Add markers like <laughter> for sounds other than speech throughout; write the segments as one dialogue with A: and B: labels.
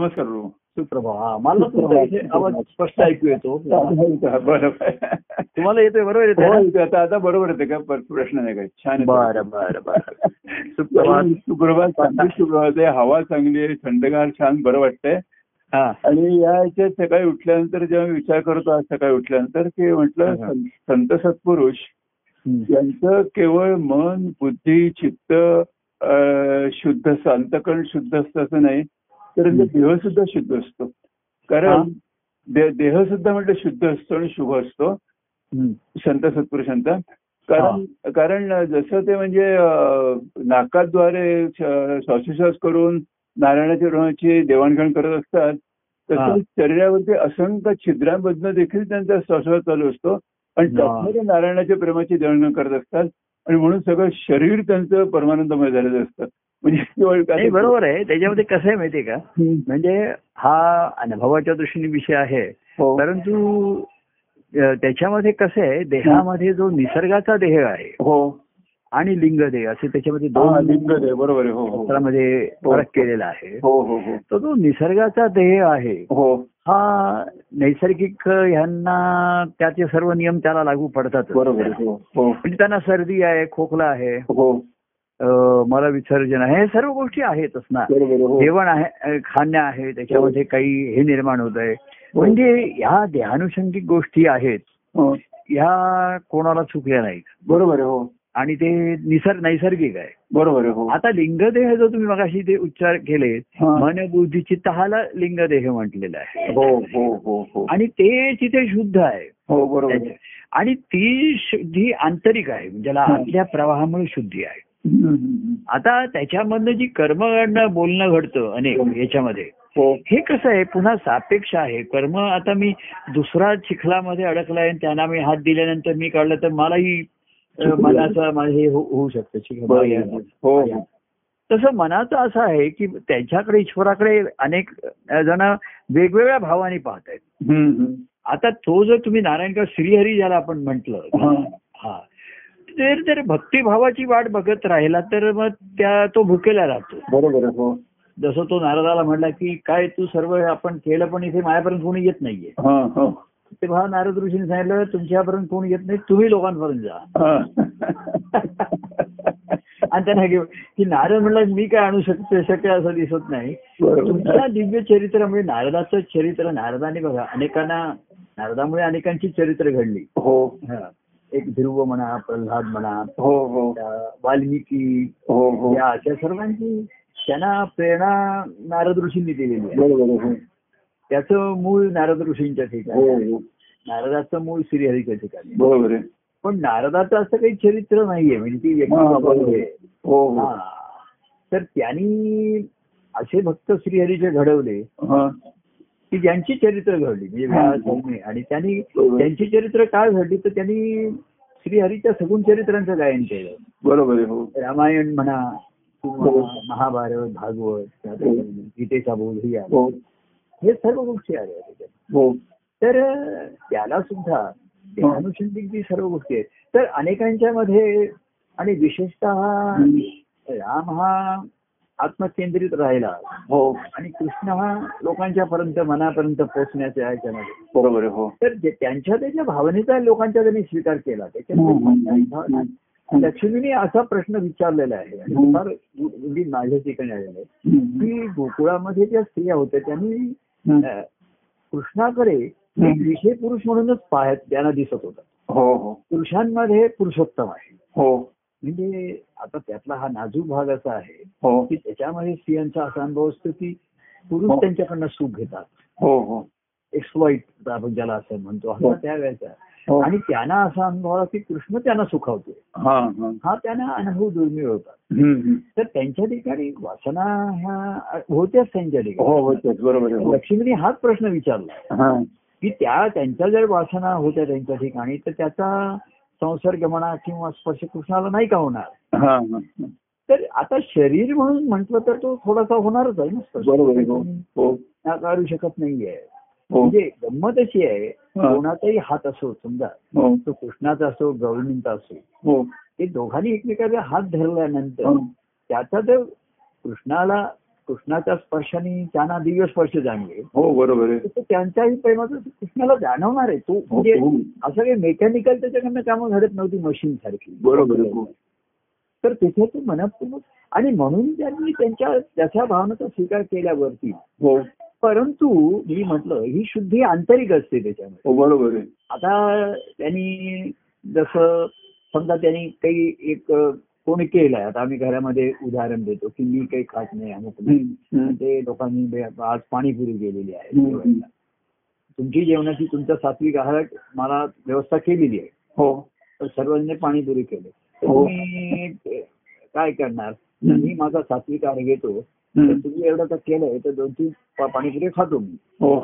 A: नमस्कार प्रभू
B: सुप्रभा हा मला तुमचा इथे आवाज स्पष्ट ऐकू येतो
A: बरं
B: तुम्हाला येतोय बरोबर येतोय ना?
A: बरं आता आता बरोबर येते का पर- प्रश्न नाही काय छान येतंय.
B: बरं बरं बरं सुप्रभात.
A: <laughs> सुप्रभात चांगली सुप्रभात आहे हवा चांगली आहे थंडगार छान बरं वाटतंय
B: हा
A: आणि या याच्यात सकाळी उठल्यानंतर जेव्हा मी विचार करतो आज सकाळी उठल्यानंतर की म्हटलं
B: हा.
A: सं- संत सत्पुरुष
B: हम्म.
A: यांचं केवळ मन बुद्धी चित्त अं, शुद्ध असतं अंतकरण शुद्ध असतं असं नाही तर
B: हं.
A: देह सुद्धा शुद्ध असतो
B: हा.
A: कारण दे- देह सुद्धा म्हटलं शुद्ध असतो आणि शुभ असतो
B: हम्म.
A: संत सत्पुरुषांचा कारण कारण जसं ते म्हणजे अं, नाकाद्वारे श- श्वासोश्वास करून नारायणाच्या ऋणाची देवाणघेवाण करत असतात
B: हा.
A: तसंच शरीरावरती असंख्य छिद्रांमधनं देखील त्यांचा श्वासोश्वास चालू असतो आणि
B: हा.
A: त्यातनं ते नारायणाच्या प्रेमाची देवाणघेवाण करत असतात आणि म्हणून सगळं शरीर त्यांचं परमानंदमय झालेलं असतं म्हणजे <laughs> केवळ
B: नाही, बरोबर आहे त्याच्यामध्ये कसं आहे माहितीये का
A: हं.
B: म्हणजे हा अनुभवाच्या दृष्टीने विषय आहे
A: हो.
B: परंतु अ, त्याच्यामध्ये कसं आहे देहामध्ये जो निसर्गाचा देह आहे
A: हो
B: आणि लिंगदेह असे त्याच्यामध्ये
A: हा,
B: दोन
A: लिंग दे, बरोबर आहे हो हो
B: शास्त्रामध्ये फरक केलेला आहे
A: हो हो हो
B: तर जो निसर्गाचा देह आहे
A: हो
B: हा नैसर्गिक ह्यांना त्याचे सर्व नियम त्याला लागू पडतात
A: बरोबर आहे, हो हो
B: म्हणजे त्यांना सर्दी आहे खोकला आहे
A: हो
B: अं, मला विसर्जन आहे हे सर्व गोष्टी आहेतच ना
A: बरोबर आहे, हो
B: जेवण आहे अं, खाणं आहे त्याच्यामध्ये काही हे निर्माण होत आहे म्हणजे ह्या ध्यानुषंगिक गोष्टी आहेत
A: हो.
B: ह्या कोणाला चुकल्या नाहीत
A: बरोबर आहे हो
B: आणि ते निसर्ग नैसर्गिक आहे
A: बरोबर आहे हो
B: आता लिंगदेह जो तुम्ही मगाशी ते उच्चार केले
A: हा.
B: मन बुद्धीची तहाला लिंगदेह म्हटलेलं आहे
A: हो हो हो हो
B: आणि ते तिथे शुद्ध आहे
A: हो बरोबर आहे.
B: त्याच्या- आणि ती शुद्धी आंतरिक आहे म्हणजे ज्याला
A: हा.
B: आतल्या प्रवाहामुळे शुद्धी आहे
A: हम्म, हम्म, हम्म.
B: आता त्याच्यामधनं जी कर्मघडणं बोलणं घडतं अनेक याच्यामध्ये
A: हो
B: हे कसं आहे पुन्हा सापेक्ष आहे कर्म आता मी दुसरा चिखलामध्ये अडकलाय आणि त्यांना मी हात दिल्यानंतर मी काढलं तर मलाही अ, मनाचा मा- हे हो- होऊ शकतं चिखल
A: बरोबर आहे. हो हो.
B: तसं मनाचं असं आहे की त्यांच्याकडे ईश्वराकडे अनेक अ, जण वेगवेगळ्या भावाने पाहत आहेत
A: हम्म, हम्म.
B: आता तो जर तुम्ही नारायणकर श्रीहरी ज्याला आपण म्हंटल
A: हा.
B: हा तर जर भक्तिभावाची वाट बघत राहिला तर मग त्या तो भुकेला राहतो
A: बरोबर आहे हो
B: जसं तो नारदाला म्हणला की काय तू सर्व आपण केलं पण इथे माझ्यापर्यंत कोणी येत नाहीये
A: हा, हो.
B: तेव्हा नारद ऋषीने सांगितलं तुमच्यापर्यंत कोणी येत नाही तुम्ही लोकांपर्यंत जा
A: हा.
B: आणि त्यांना घेऊन की नारद म्हणला मी काय आणू शकते शक्य असं दिसत नाही
A: बरोबर
B: तुमच्या
A: आहे.
B: दिव्य चरित्र म्हणजे नारदाचं चरित्र नारदाने बघा अनेकांना नारदामुळे अनेकांची चरित्र घडली
A: हो
B: हा. एक ध्रुव म्हणा प्रल्हाद म्हणा
A: हो हो
B: त्या वाल्मिकी
A: हो हो
B: या अशा सर्वांची त्यांना प्रेरणा नारद ऋषींनी दिलेली आहे
A: बरोबर आहे
B: त्याचं मूळ नारद ऋषींच्या
A: हो
B: ठिकाणी
A: हो
B: आहे.
A: हो
B: नारदाचं मूळ श्रीहरीच्या ठिकाणी आहे.
A: बरोबर आहे
B: पण नारदाचं असं काही चरित्र नाहीये म्हणजे ती व्यक्ती
A: हा,
B: स्वतंत्र आहे.
A: हो हो
B: हा. तर त्यांनी असे भक्त श्रीहरीचे घडवले
A: हा.
B: की ज्यांची चरित्र घडली म्हणजे
A: हा.
B: व्यास, होमे आणि त्यांनी
A: बरोबर.
B: त्यांची चरित्र काय घडली तर त्यांनी श्रीहरीच्या सगुण चरित्रांचं गायन केलं
A: बरोबर आहे हो
B: रामायण म्हणा किंवा
A: हो.
B: महाभारत भागवत त्या दरम्यान गीतेचा बोध ही आला.
A: हो
B: हे सर्व गोष्टी आल्या त्याच्यात
A: हो
B: तर अं, त्याला सुद्धा ते अनुषंगिक जी सर्व गोष्टी आहेत तर अनेकांच्या मध्ये आणि विशेषतः
A: हम्म.
B: राम हा आत्मकेंद्रित राहिला
A: हो
B: आणि कृष्ण हा लोकांच्या पर्यंत मनापर्यंत पोहोचण्याच्या ह्याच्यामध्ये
A: बरोबर आहे हो
B: तर जे- त्यांच्या त्याच्या भावनेचा लोकांच्या त्यांनी स्वीकार केला
A: हम्म, हम्म, हम्म,
B: त्याच्यामध्ये
A: हम्म. हम्म.
B: लक्ष्मीने असा प्रश्न विचारलेला आहे आणि
A: हम्म.
B: फार म्हणजे माझ्या ठिकाणी आलेला आहे
A: हम्म.
B: की गोकुळामध्ये ज्या स्त्रिया होत्या त्यांनी
A: हम्म.
B: अ, कृष्णाकडे एक विषय पुरुष म्हणूनच पाहत त्यांना दिसत होता
A: हो हो
B: पुरुषांमध्ये पुरुषोत्तम आहे
A: हो
B: म्हणजे आता त्यातला हा नाजूक भाग असा आहे
A: हो
B: की त्याच्यामध्ये स्त्रियांचा असा अनुभव असतो की
A: हो.
B: पुरुष त्यांच्याकडनं सुख घेतात
A: हो हो
B: एक्सवाईट आपण ज्याला असं म्हणतो
A: हो.
B: असा त्या वेळेचा
A: हो
B: आणि त्यांना असा अनुभव आला की कृष्ण त्यांना सुखावतो
A: हा हा
B: हा त्यांना अनुभव दुर्मिळ होता
A: हम्म, हम्म.
B: तर त्यांच्या ठिकाणी वासना ह्या होत्याच त्यांच्या ठिकाणी
A: हो हो तेच बरोबर आहे हो.
B: लक्ष्मीने हाच प्रश्न विचारला
A: हा,
B: की त्या त्यांच्या जर वासना होत्या त्यांच्या ठिकाणी तर त्याचा संसर्ग म्हणा किंवा स्पर्श कृष्णाला नाही का होणार
A: हा, हा.
B: तर आता शरीर म्हणून म्हटलं तर तो थोडासा होणारच आहे ना स्पर्श
A: बरोबर आहे हो हो
B: नाकारू शकत नाहीये
A: हो
B: म्हणजे गंमत अशी आहे
A: हा.
B: कोणाचाही हात असो समजा
A: हो
B: तो कृष्णाचा असो गवळणींचा असो
A: हो
B: ते दोघांनी एकमेकाचा हात धरल्यानंतर
A: हो
B: त्याचा जर कृष्णाला कृष्णाच्या स्पर्शाने त्यांना दिव्य स्पर्श जाणले
A: हो बरोबर आहे
B: तर त्यांच्याही प्रेमाचं ते कृष्णाला जाणवणार आहे तू
A: हो,
B: म्हणजे
A: हो.
B: असं काही मेकॅनिकल त्याच्याकडनं कामं घडत नव्हती मशीन सारखी
A: बरोबर आहे. हो.
B: तर तिथे ते मनपूर्वक आणि म्हणून त्यांनी त्यांच्या त्याच्या भावनेचा स्वीकार केल्यावरती
A: हो
B: परंतु मी म्हटलं ही शुद्धी आंतरिक असते त्याच्यामध्ये
A: हो बरोबर आहे
B: आता त्यांनी जसं समजा त्यांनी काही एक अ, कोणी केलंय आता आम्ही घरामध्ये उदाहरण देतो की मी काही खात नाही अमुक नाही
A: हम्म, हम्म.
B: ते लोकांनी बे- आज पाणीपुरी गेलेली आहे
A: हम्म, हम्म.
B: जेवायला. तुमची जेवणाची तुमचा सात्विक आहार मला व्यवस्था केलेली आहे
A: हो
B: तर सर्वांनी पाणीपुरी केली तर
A: हो.
B: तुम्ही ते काय करणार
A: हम्म.
B: मी माझा सात्विक आहार घेतो तर
A: हम्म.
B: तुम्ही एवढं तर केलंय तर दोन तीन पा- पाणीपुरी खातो मी
A: हो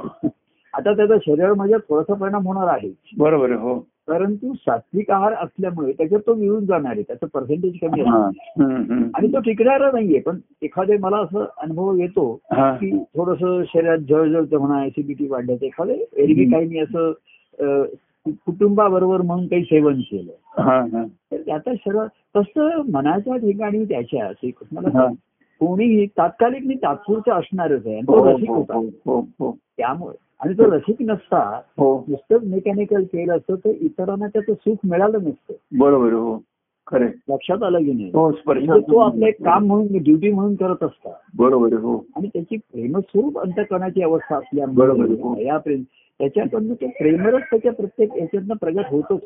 B: आता त्याचा शरीरावर माझ्या थोडासा परिणाम होणार आहे
A: बरोबर आहे हो
B: परंतु सात्विक आहार असल्यामुळे त्याच्यात तो मिळून जाणार आहे त्याचं पर्सेंटेज कमी
A: हा.
B: आहे
A: हम्म, हम्म.
B: आणि तो टिकणारा नाहीये पण एखादे मला असं अनुभव येतो
A: हा.
B: की थोडस शरीरात जळजळत म्हणा ऍसिडिटी वाढल्याचं एखादे एरवी काही मी असं अ, कुटुंबाबरोबर म्हणून काही सेवन केलं
A: हा, हा.
B: तर त्याचा शरीर तसं मनाच्या ठिकाणी त्याच्या
A: हा.
B: श्रीकृष्णाला कोणीही तात्कालिक मी तात्पुरतं असणारच आहे आणि
A: हो,
B: तो
A: हो,
B: रसिक
A: हो,
B: होता
A: हो, हो,
B: त्यामुळे आणि तो रसिक नसता
A: हो.
B: नुसतंच मेकॅनिकल केलं असतं तर इतरांना त्याचं सुख मिळालं नसतं
A: बरोबर आहे, हो खरे
B: लक्षात आलं की नाही
A: हो स्पर्श
B: म्हणजे तो आपलं एक काम म्हणून ड्युटी म्हणून करत असता
A: बरोबर आहे, हो
B: आणि त्याची प्रेमस्वरूप अंतकरणाची अवस्था
A: बरोबर आहे, हो.
B: असल्यामुळे या प्रेम त्याच्याकडनं तो प्रेमरस त्याच्या प्रत्येक याच्यातनं प्रगट होतोच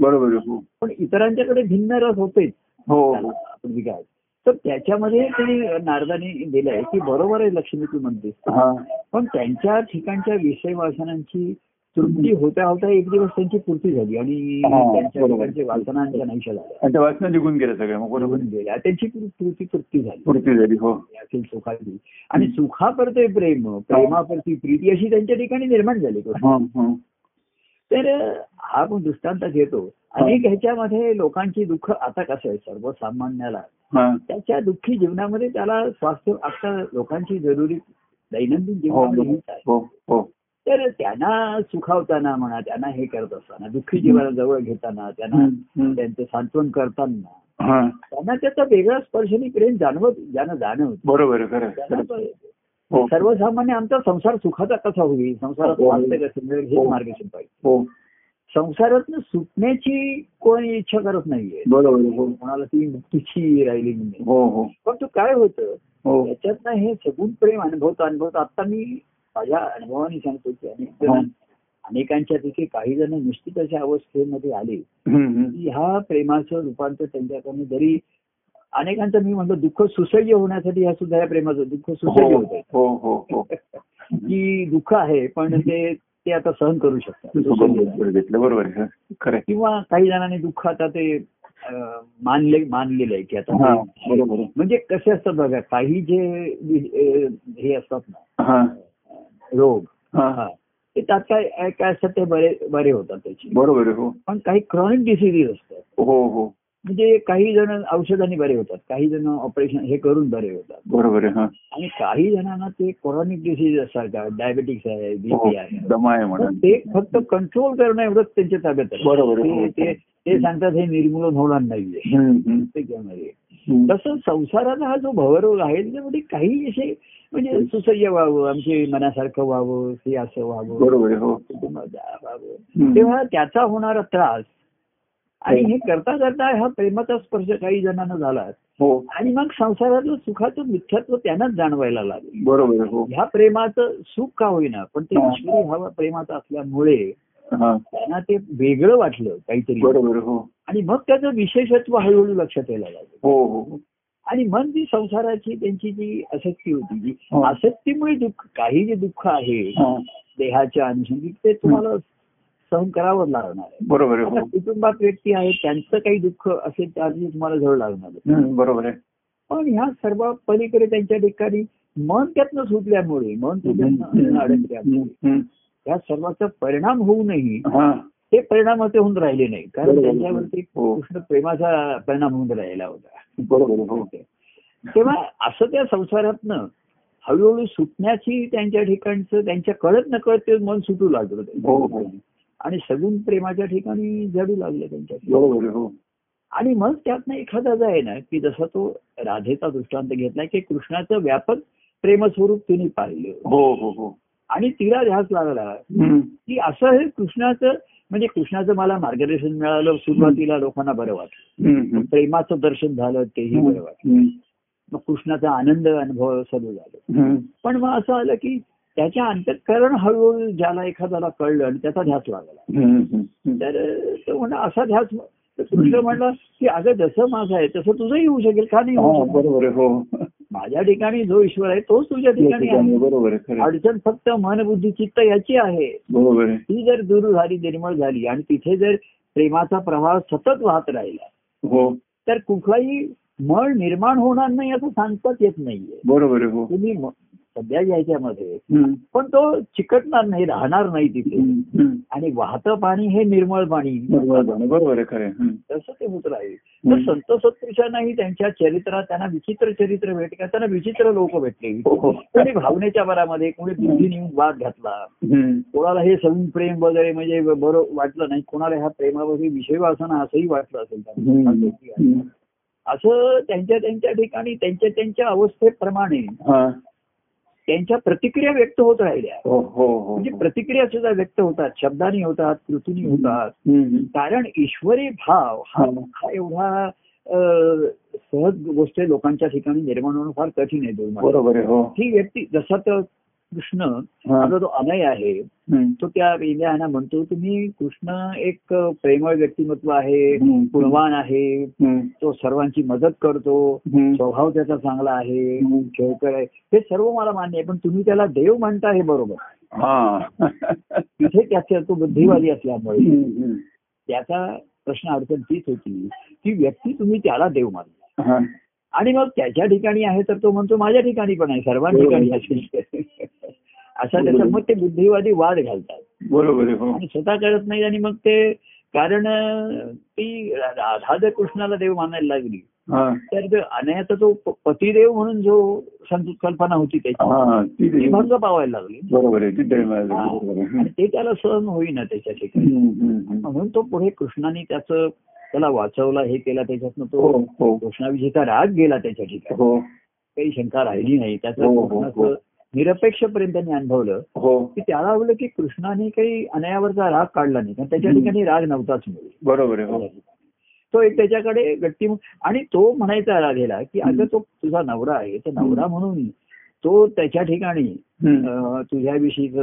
A: बरोबर आहे, हो
B: पण इतरांच्याकडे भिन्न रस होतेच
A: हो हो.
B: आपण जे काय तर त्याच्यामध्ये त्यांनी नारदाने दिलंय की बरोबर आहे लक्ष्मी तू म्हणतेस
A: हा
B: पण त्यांच्या ठिकाणच्या विषय वासनांची तृप्ती होता होता एक दिवस त्यांची पूर्ती झाली आणि
A: हा,
B: त्यांच्या
A: बरोबर.
B: ठिकाणच्या वासनांच्या नाहीशा झाल्या
A: आणि त्या वाचना निघून गेल्या सगळ्या मग बरोबर
B: निघून गेल्या. त्यांची पूर- पूर्ती तृप्ती झाली
A: पूर्ती झाली हो
B: यातील सुखाची आणि सुखापरते प्रेम प्रेमापरती प्रीती अशी त्यांच्या ठिकाणी निर्माण झाली
A: हा, हा.
B: तर हा आपण दृष्टांत घेतो अनेक ह्याच्यामध्ये लोकांची दुःख आता कसं आहे सर्वसामान्याला
A: हा.
B: त्याच्या दुःखी जीवनामध्ये त्याला स्वास्थ्य आता लोकांची जरुरी दैनंदिन
A: हो
B: जीवनामध्ये हीच आहे
A: हो हो
B: तर त्यांना सुखावताना म्हणा त्यांना हे करत असताना दुःखी जीवाला जवळ घेताना त्यांना
A: हम्म, हम्म.
B: त्यांचं सांत्वन करताना
A: हा.
B: त्यांना त्याचा वेगळा स्पर्शनी प्रेम जाणवत ज्यांना जाणवत
A: बरोबर आहे, खरं आहे,
B: त्यांना
A: खरं आहे.
B: तो-
A: हो
B: सर्वसामान्य आमचा संसार सुखाचा कसा होईल संसारात
A: हो.
B: वास्तव कसं मिळेल हे
A: हो.
B: मार्गदर्शन पाहिजे
A: हो
B: संसारातनं सुटण्याची कोणी इच्छा करत नाहीये
A: बरोबर आहे, हो
B: कोणाला ती मुक्तीची राहिली नाही
A: हो हो
B: परंतु काय होतं
A: हो
B: त्याच्यातनं हे सगून प्रेम अनुभवता अनुभवता आता मी माझ्या अनुभवाने सांगतो की अनेक
A: हो.
B: जण अनेकांच्या तिथे काही जण निश्चित अशा अवस्थेमध्ये आले
A: हम्म, हम्म.
B: की ह्या प्रेमाचं रूपांतर त्यांच्याकडनं जरी अनेकांचं मी म्हणतो दुःख सुसह्य होण्यासाठी ह्या सुद्धा या प्रेमाचं दुःख सुसह्य होत आहे
A: हो हो हो
B: की दुःख आहे पण ते ते आता सहन करू
A: हो.
B: शकतात सुसह्य आहे.
A: बरोबर घेतलं बरोबर आहे खरं आहे.
B: किंवा काही जणांनी दुःख आता ते अं, मानले मानलेलं आहे की
A: हा
B: आता ते-
A: बरोबर आहे.
B: म्हणजे कसे असतात बघा काही जे अं, हे असतात ना
A: हा
B: रोग
A: हा
B: हा. ते तात्काळ काय असतात ते बरे बरे होतात त्याची
A: बरोबर आहे, हो
B: पण काही क्रॉनिक डिसिजीज असतात
A: हो हो
B: म्हणजे काही जण औषधाने बरे होतात काही जण ऑपरेशन हे करून बरे होतात
A: बरोबर आहे हा
B: आणि काही जणांना ते क्रॉनिक डिसीज असतात का डायबेटिक्स आहे
A: हो,
B: बीपी आहे
A: दमा आहे
B: तर
A: म्हणा
B: ते फक्त कंट्रोल करणं एवढंच त्यांच्या ताब्यात आहे.
A: बरोबर आहे, हो.
B: ते- ते ते सांगतात हे निर्मूलन होणार नाहीये
A: हम्म, हम्म,
B: ते घेणार आहे.
A: हम्म.
B: तसं संसाराचा हा जो भवरोग आहे त्याच्यामध्ये काही असे म्हणजे सुसह्य व्हावं आमचे मनासारखं व्हावं हे असं व्हावं
A: बरोबर आहे हो
B: कुटुंबाचा व्हावं
A: हम्म.
B: तेव्हा त्याचा होणारा त्रास आणि हे करता करता हा प्रेमाचा स्पर्श काही जणांना झाला
A: हो
B: आणि मग संसारातलं सुखाचं मिथ्यात्व त्यांनाच जाणवायला लागलं
A: बरोबर आहे, हो
B: ह्या प्रेमाचं सुख का होईना पण ते
A: हा.
B: ईश्वरी हवा प्रेमाचा असल्यामुळे
A: हा
B: त्यांना ते वेगळं वाटलं काहीतरी
A: बरोबर आहे, हो
B: आणि मग त्याचं विशेषत्व हळूहळू लक्षात यायला लागलं
A: हो हो
B: आणि मग जी संसाराची त्यांची जी आसक्ती होती जी
A: हो.
B: आसक्तीमुळे दुःख काही जे दुःख आहे
A: हा,
B: देहाच्या अनुषंगिक ते तुम्हाला सहन करावं लागणार आहे
A: बरोबर आहे,
B: आता
A: हो
B: कुटुंबात व्यक्ती आहेत त्यांचं काही दुःख असेल त्याआधी तुम्हाला झळ लागणार आहे.
A: हम्म, बरोबर आहे
B: पण ह्या सर्व पलीकडे त्यांच्या ठिकाणी मन त्यातनं सुटल्यामुळे मन त्याच्यातनं
A: हम्म,
B: अडकल्यामुळे
A: हम्म.
B: या सर्वाचा परिणाम होऊनही
A: हा
B: ते परिणाम असे होऊन राहिले नाही कारण
A: बरोबर.
B: त्यांच्यावरती
A: हो.
B: कृष्ण प्रेमाचा परिणाम होऊन राहिला होता
A: बरोबर आहे, हो
B: तेव्हा असं त्या संसारातनं हळूहळू सुटण्याची त्यांच्या ठिकाणचं त्यांच्या कळत न कळत ते मन सुटू लागलं
A: हो, हो.
B: त्यांच्या आणि सगून प्रेमाच्या ठिकाणी जडू लागले त्यांच्या ठिकाणी.
A: बरोबर आहे, हो
B: आणि मग त्यातनं एखादा जो आहे ना की जसा तो राधेचा दृष्टांत घेतला की कृष्णाचं व्यापक प्रेमस्वरूप तिने पाहिलं
A: हो हो हो
B: आणि तिला ध्यास लागला
A: हम्म.
B: की असं हे कृष्णाचं म्हणजे कृष्णाचं मला मार्गदर्शन मिळालं सुरुवातीला लोकांना बरं वाटलं
A: हम्म, हम्म.
B: प्रेमाचं दर्शन झालं तेही बरं वाटलं
A: हम्म,
B: मग कृष्णाचा आनंद अनुभव चालू झालं
A: हम्म.
B: पण मग असं आलं की त्याच्या अंतकरण हळूहळू ज्याला एखाद्याला कळलं आणि त्याचा ध्यास लागला
A: हम्म, हम्म, हम्म.
B: तर तो म्हणा असा ध्यास तर कृष्ण म्हणला की अगं जसं माझं आहे तसं तुझंही येऊ शकेल का नाही
A: हा,
B: होऊ शकणार?
A: बरोबर आहे हो
B: माझ्या ठिकाणी जो ईश्वर आहे तोच तुझ्या
A: या
B: ठिकाणी
A: ठिकाणी
B: आहे
A: बरोबर आहे खरं आहे.
B: अडचण फक्त मन बुद्धी चित्त याची आहे
A: बरोबर आहे
B: ती जर दूर झाली निर्मळ झाली आणि तिथे जर प्रेमाचा प्रवाह सतत वाहत राहिला
A: हो
B: तर कुठलाही मळ निर्माण होणार नाही असं सांगताच येत नाहीये
A: बरोबर आहे हो
B: तुम्ही म- सध्या याच्यामध्ये
A: हम्म,
B: पण तो चिकटणार नाही राहणार नाही तिथे
A: हम्म, हम्म.
B: आणि वाहतं पाणी हे निर्मळ पाणी
A: बरोबर आहे, बरोबर आहे खरं आहे. हम्म.
B: तसं ते होत राहील तर
A: हम्म.
B: संत सत्पुरुषांनाही त्यांच्या चरित्रात त्यांना विचित्र चरित्र भेटले का त्यांना विचित्र लोक भेटले
A: हो, हो.
B: कोणी भावनेच्या भरामध्ये कोणी बुद्धी नेऊन वाद घातला
A: हम्म.
B: कोणाला हे सगळं प्रेम वगैरे म्हणजे बरं वाटलं नाही कोणाला ह्या प्रेमावरती विषय वासना असंही वाटलं असेल त्यांना.
A: हम्म. हम्म.
B: असं त्यांच्या त्यांच्या ठिकाणी त्यांच्या त्यांच्या अवस्थेप्रमाणे
A: हा.
B: त्यांच्या प्रतिक्रिया व्यक्त होत राहिल्या
A: हो हो हो
B: म्हणजे प्रतिक्रिया सुद्धा व्यक्त होतात शब्दानी होतात कृतीनी होतात
A: हम्म.
B: कारण ईश्वरी भाव हा
A: हा.
B: हा एवढा अ, सहज गोष्ट लोकांच्या ठिकाणी निर्माण होणं फार कठीण आहे दुर्मिळ
A: बरोबर आहे हो
B: ही व्यक्ती जसा तर कृष्ण
A: हा.
B: आपला जो अनय आहे
A: हम्म.
B: तो त्या विद्याना म्हणतो तुम्ही कृष्ण एक प्रेमळ व्यक्तिमत्व आहे
A: हम्म.
B: गुणवान आहे
A: हम्म.
B: तो सर्वांची मदत करतो
A: हम्म.
B: स्वभाव त्याचा चांगला आहे
A: हम्म.
B: खेळकर आहे हे सर्व मला मान्य आहे पण तुम्ही त्याला देव म्हणता हे बरोबर
A: हा
B: तिथे त्याच्या तो बुद्धिवादी असल्यामुळे
A: हम्म, हम्म.
B: त्याचा प्रश्न अडचण तीच होती की व्यक्ती तुम्ही त्याला देव मानला
A: हा.
B: आणि मग त्याच्या ठिकाणी आहे तर तो म्हणतो माझ्या ठिकाणी पण आहे सर्वांच्या ठिकाणी असेल असा त्याचा मग ते बुद्धिवादी वाद घालतात
A: बरोबर आहे हो
B: आणि स्वतः करत नाही आणि मग ते कारण अं, ती राधा जर कृष्णाला देव मानायला लागली
A: हा
B: तर ते अनयाचा तो प- पतिदेव म्हणून जो संत कल्पना होती त्याची
A: हा ती
B: ती
A: देवी.
B: भंग पावायला लागली
A: बरोबर आहे ती देवी माझी.
B: हा.
A: बरोबर आहे.
B: आणि ते त्याला सहन होईना त्याच्या ठिकाणी
A: हम्म, हम्म, हम्म.
B: म्हणून तो पुढे कृष्णाने त्याचं त्याला वाचवला हे केला त्याच्यातनं
A: हो
B: तो
A: हो
B: कृष्णाविषयीचा राग गेला त्याच्या ठिकाणी
A: हो
B: काही शंका राहिली नाही
A: हो,
B: त्याचं
A: हो, हो.
B: कृष्णाचं निरपेक्ष प्रेम त्यांनी अनुभवलं
A: हो
B: की त्याला आवडलं की कृष्णाने काही अनयावरचा राग काढला नाही कारण त्याच्या
A: हम्म.
B: ठिकाणी राग नव्हताच मिळेल
A: बरोबर आहे हो
B: तो एक त्याच्याकडे व्यक्ती आणि तो म्हणायचा रागेला की अगं
A: हम्म.
B: तो तुझा नवरा आहे तर
A: हम्म.
B: नवरा म्हणून तो त्याच्या ठिकाणी
A: हम्म.
B: अं, तुझ्याविषयीच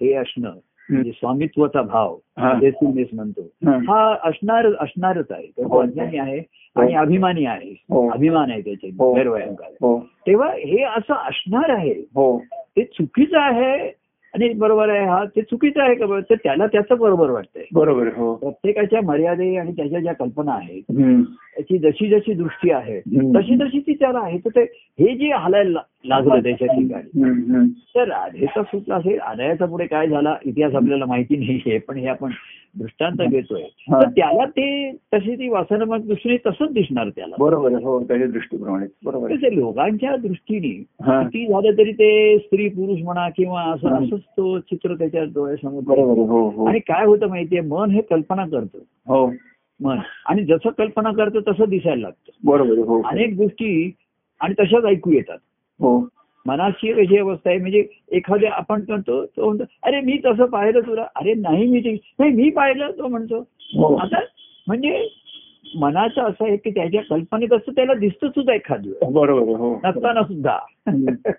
B: हे असणं म्हणजे स्वामित्वाचा भाव
A: हा.
B: देसुंदेस म्हणतो
A: हा.
B: हा असणार असणारच आहे तर तो
A: हो.
B: अज्ञानी आहे आणि अभिमानी आहे
A: हो.
B: अभिमान आहे त्याचे
A: हो
B: गैरवयांकात
A: हो
B: तेव्हा हे असं असणार आहे
A: हो
B: ते चुकीचं आहे आणि बरोबर आहे हा ते चुकीचं आहे का बरोबर तर त्याला त्याचं बरोबर वाटतंय
A: बरोबर आहे, हो
B: प्रत्येकाच्या मर्यादे आणि त्याच्या ज्या कल्पना आहेत
A: हम्म.
B: त्याची जशी जशी दृष्टी आहे
A: हम्म.
B: तशी तशी ती त्याला आहे तर ते हे जे हलायला ला- लागलं त्याच्या ठिकाणी
A: हम्म, हम्म.
B: तर राधेचा सुटला असेल राधाचा पुढे काय झाला इतिहास आपल्याला माहिती नाहीये पण हे आपण दृष्टांत घेतोय
A: हा.
B: तर त्याला ते तशी ती वासना मग दुसरी तसंच दिसणार त्याला
A: बरोबर आहे, हो त्याच्या दृष्टीप्रमाणे बरोबर आहे.
B: तर ते लोकांच्या दृष्टीने
A: हा.
B: किती झालं तरी ते स्त्री पुरुष म्हणा किंवा असं
A: हा.
B: असंच तो चित्र त्याच्या डोळ्यासमोर
A: बरोबर आहे, हो हो
B: आणि काय होतं माहितीये मन हे कल्पना करतं
A: हो
B: मन आणि जसं कल्पना करतं तसं दिसायला लागतं
A: बरोबर आहे, हो
B: अनेक गोष्टी आणि तशाच ऐकू येतात
A: हो
B: मनाची कशी अवस्था आहे म्हणजे एखाद्या आपण म्हणतो तो म्हणतो अरे मी तसं पाहिलं तुला अरे नाही मी ते- नाही मी पाहिलं तो म्हणतो
A: हो
B: आता म्हणजे मनाचं असं आहे की त्याच्या कल्पनेत असतं त्याला दिसतं सुद्धा एखादी वेळ.
A: बरोबर आहे, हो
B: नसताना
A: <laughs>
B: सुद्धा
A: हम्म.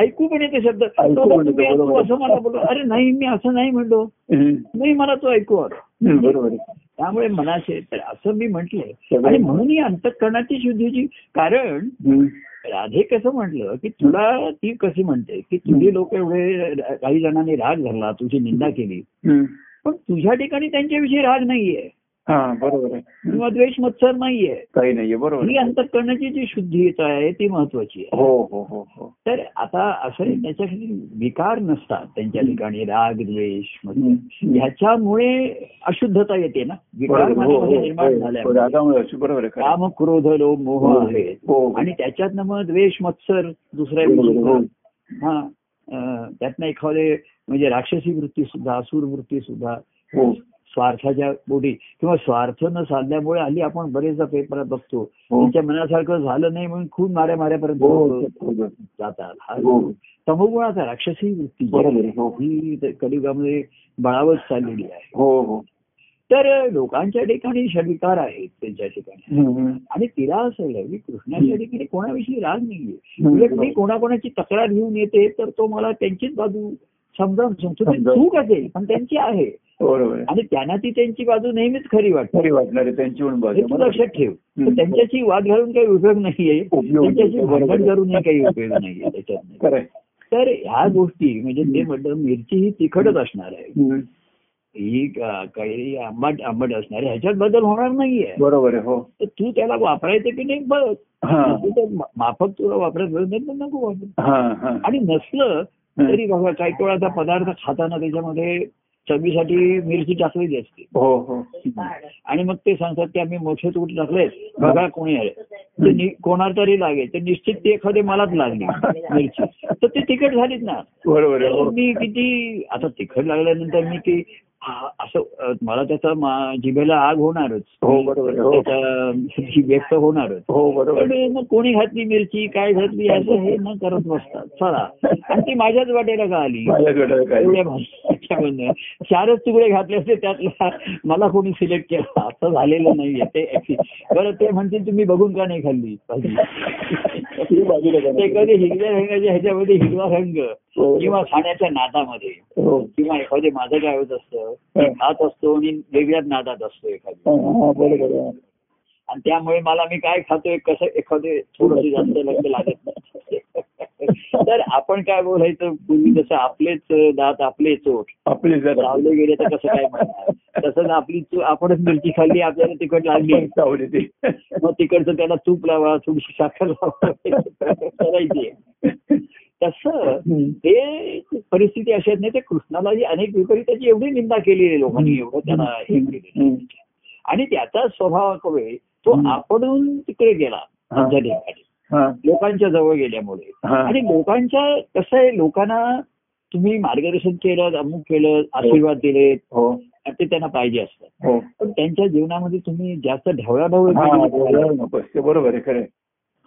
B: ऐकू पण येते शब्द
A: ऐकू
B: तो
A: पण
B: म्हणतो,
A: येते,
B: मी ऐकू
A: बरोबर.
B: असं मला बोललो अरे नाही मी असं नाही म्हणलो नाही मला तो ऐकू आला
A: हम्म, बरोबर आहे.
B: त्यामुळे मनाचे तर असं मी म्हटलंय
A: सगळं.
B: आणि म्हणून ही अंतःकरणाची शुद्धीची कारण
A: हम्म.
B: राधे कसं म्हटलं की तुला ती कशी म्हणते की तुझे लोक एवढे काही जणांनी राग धरला तुझी निंदा केली
A: हम्म.
B: पण तुझ्या ठिकाणी त्यांच्याविषयी राग नाहीये
A: हा बरोबर आहे हम्म.
B: किंवा द्वेष मत्सर नाहीये
A: काही नाहीये बरोबर
B: ही
A: आहे.
B: अंतःकरणाची जी शुद्धीता आहे ती महत्वाची आहे
A: हो हो हो हो
B: तर आता असं त्याच्यासाठी विकार नसतात त्यांच्या ठिकाणी राग द्वेष मत्सर
A: हम्म.
B: ह्याच्यामुळे अशुद्धता येते ना विकार
A: बरोबर, हो,
B: मनामध्ये
A: हो,
B: निर्माण
A: हो, हो,
B: झाल्या
A: रागामुळे अशी बरोबर आहे खरं आहे.
B: काम क्रोध लोभ मोह आहे
A: हो हो.
B: आणि त्याच्यातनं मग द्वेष मत्सर दुसऱ्या
A: बरोबर, हो.
B: गोष्टी. हा अं, त्यातनं एखादे म्हणजे राक्षसी वृत्ती सुद्धा असुर वृत्ती सुद्धा
A: हो
B: स्वार्थाच्या पोटी किंवा स्वार्थ न साधल्यामुळे हल्ली आपण बरेचदा पेपरात बघतो
A: हो.
B: त्यांच्या मनासारखं झालं नाही म्हणून खूप माऱ्या
A: हो,
B: माऱ्यापर्यंत
A: हो, हो.
B: जातात हा
A: हो.
B: तमोगुणाचा राक्षसी वृत्ती जी
A: बरोबर,
B: आहे,
A: हो.
B: ही त- कलियुगामध्ये बळावत चाललेली आहे
A: हो हो
B: तर लोकांच्या ठिकाणी षडविकार आहेत त्यांच्या ठिकाणी
A: हम्म.
B: आणि तिला असं आहे की कृष्णाच्या ठिकाणी कोणाविषयी राग नाहीये
A: हम्म.
B: उलट मी कोणाकोणाची तक्रार घेऊन येते तर तो मला त्यांचीच बाजू समजावून सांगतो ती
A: समजावून.
B: चूक असेल पण त्यांची आहे
A: बरोबर आहे.
B: आणि त्यांना ती त्यांची बाजू नेहमीच खरी वाटते
A: खरी वाटणार आहे त्यांची पण
B: हे
A: बाजू
B: तू लक्षात ठेव तर
A: हम्म.
B: त्यांच्याशी वाद घालून काही उपयोग नाहीये
A: उपयोग नाही.
B: त्यांच्याशी
A: बरोबर.
B: भांडण करून काही उपयोग नाहीये त्याच्यात
A: खरं आहे.
B: तर ह्या गोष्टी म्हणजे ते म्हटलं मिरची ही तिखटच असणार आहे
A: हम्म.
B: ही क- कैरी आंबट आंबट असणार आहे ह्याच्यात बदल होणार नाहीये
A: बरोबर आहे हो
B: तर तू त्याला वापरायचं की नाही बघ
A: हा
B: तू ते मा- माफक तुला वापरत बसलं नाही तर नको वापरू.
A: हा हा
B: आणि नसलं
A: हं.
B: तरी बघा काही कोणाचा पदार्थ खाताना त्याच्यामध्ये चवीसाठी मिरची टाकलेली असते
A: हो हो
B: आणि मग ते सांगतात की आम्ही मोठे तूट टाकले बघा कोणी आहे ते नि- कोणाला तरी लागेल तर निश्चित ते एखादी मलाच लागली मिरची तर ते तिखट झालीच ना
A: बरोबर आहे
B: तर
A: हो.
B: मी किती आता तिखट लागल्यानंतर मी की हा, असं अ, मला त्याचा मा- जिभेला आग होणारच
A: हो, बरोबर आहे, हो.
B: त्याचा जी व्यक्त होणारच
A: हो बरोबर
B: पण
A: आहे.
B: मग कोणी घातली मिरची काय घातली असं हे न करत बसतात चला आणि ती माझ्याच वाटेला का आली
A: माझ्याकडे काय
B: एवढ्या भाषेच्या म्हणणं. चारच तुकडे घातले असते त्यातला मला कोणी सिलेक्ट केला असं झालेलं नाहीये ते actually. बरं ते म्हणतील तुम्ही बघून का नाही खाल्ली भाजी?
A: ही बाजूला का
B: ते
A: नाही?
B: कधी हिरव्या रंगाच्या ह्याच्यामध्ये हिरवा रंग
A: हो.
B: किंवा खाण्याच्या नादामध्ये
A: हो.
B: किंवा एखादे माझं काय होत असतं मी खात असतो आणि वेगळ्याच नादात असतो एखादी
A: हा, हा, बरोबर आहे.
B: आणि त्यामुळे मला मी काय खातोय कसं एखादे थोडंसं जास्त लक्ष लागत नाही तर आपण काय बोलायचं पूर्वी जसं आपलेच दात आपले चोट
A: आपली जरा
B: लावले गेले तर कसं काय म्हणणार तसं ना आपली चू- आपणच मिरची खाल्ली आपल्याला तिखट लागली
A: आवडी ती
B: मग तिकडचं त्याला तूप लावा थोडीशी साखर लावा करायची तसं
A: हम्म.
B: हे परिस्थिती अशी आहेत नाही ते कृष्णालाही अनेक विपरीत त्याची एवढी निंदा केलेली आहे लोकांनी एवढं त्याला हे केलेलं आहे.
A: हम्म.
B: आणि त्याचा स्वभाव कवे तो
A: हम्म.
B: आपणून तिकडे गेला
A: हा.
B: आमच्या ठिकाणी
A: हा,
B: लोकांच्या जवळ गेल्यामुळे
A: हा.
B: आणि लोकांच्या कसं आहे लोकांना तुम्ही मार्गदर्शन केलं अमुक केलं आशीर्वाद दिले
A: हो
B: ते त्यांना पाहिजे असतात
A: हो
B: पण त्यांच्या जीवनामध्ये तुम्ही जास्त
A: हा,
B: ढवळाढवळ
A: बोलायला नकोस. ते बरोबर आहे खरं आहे.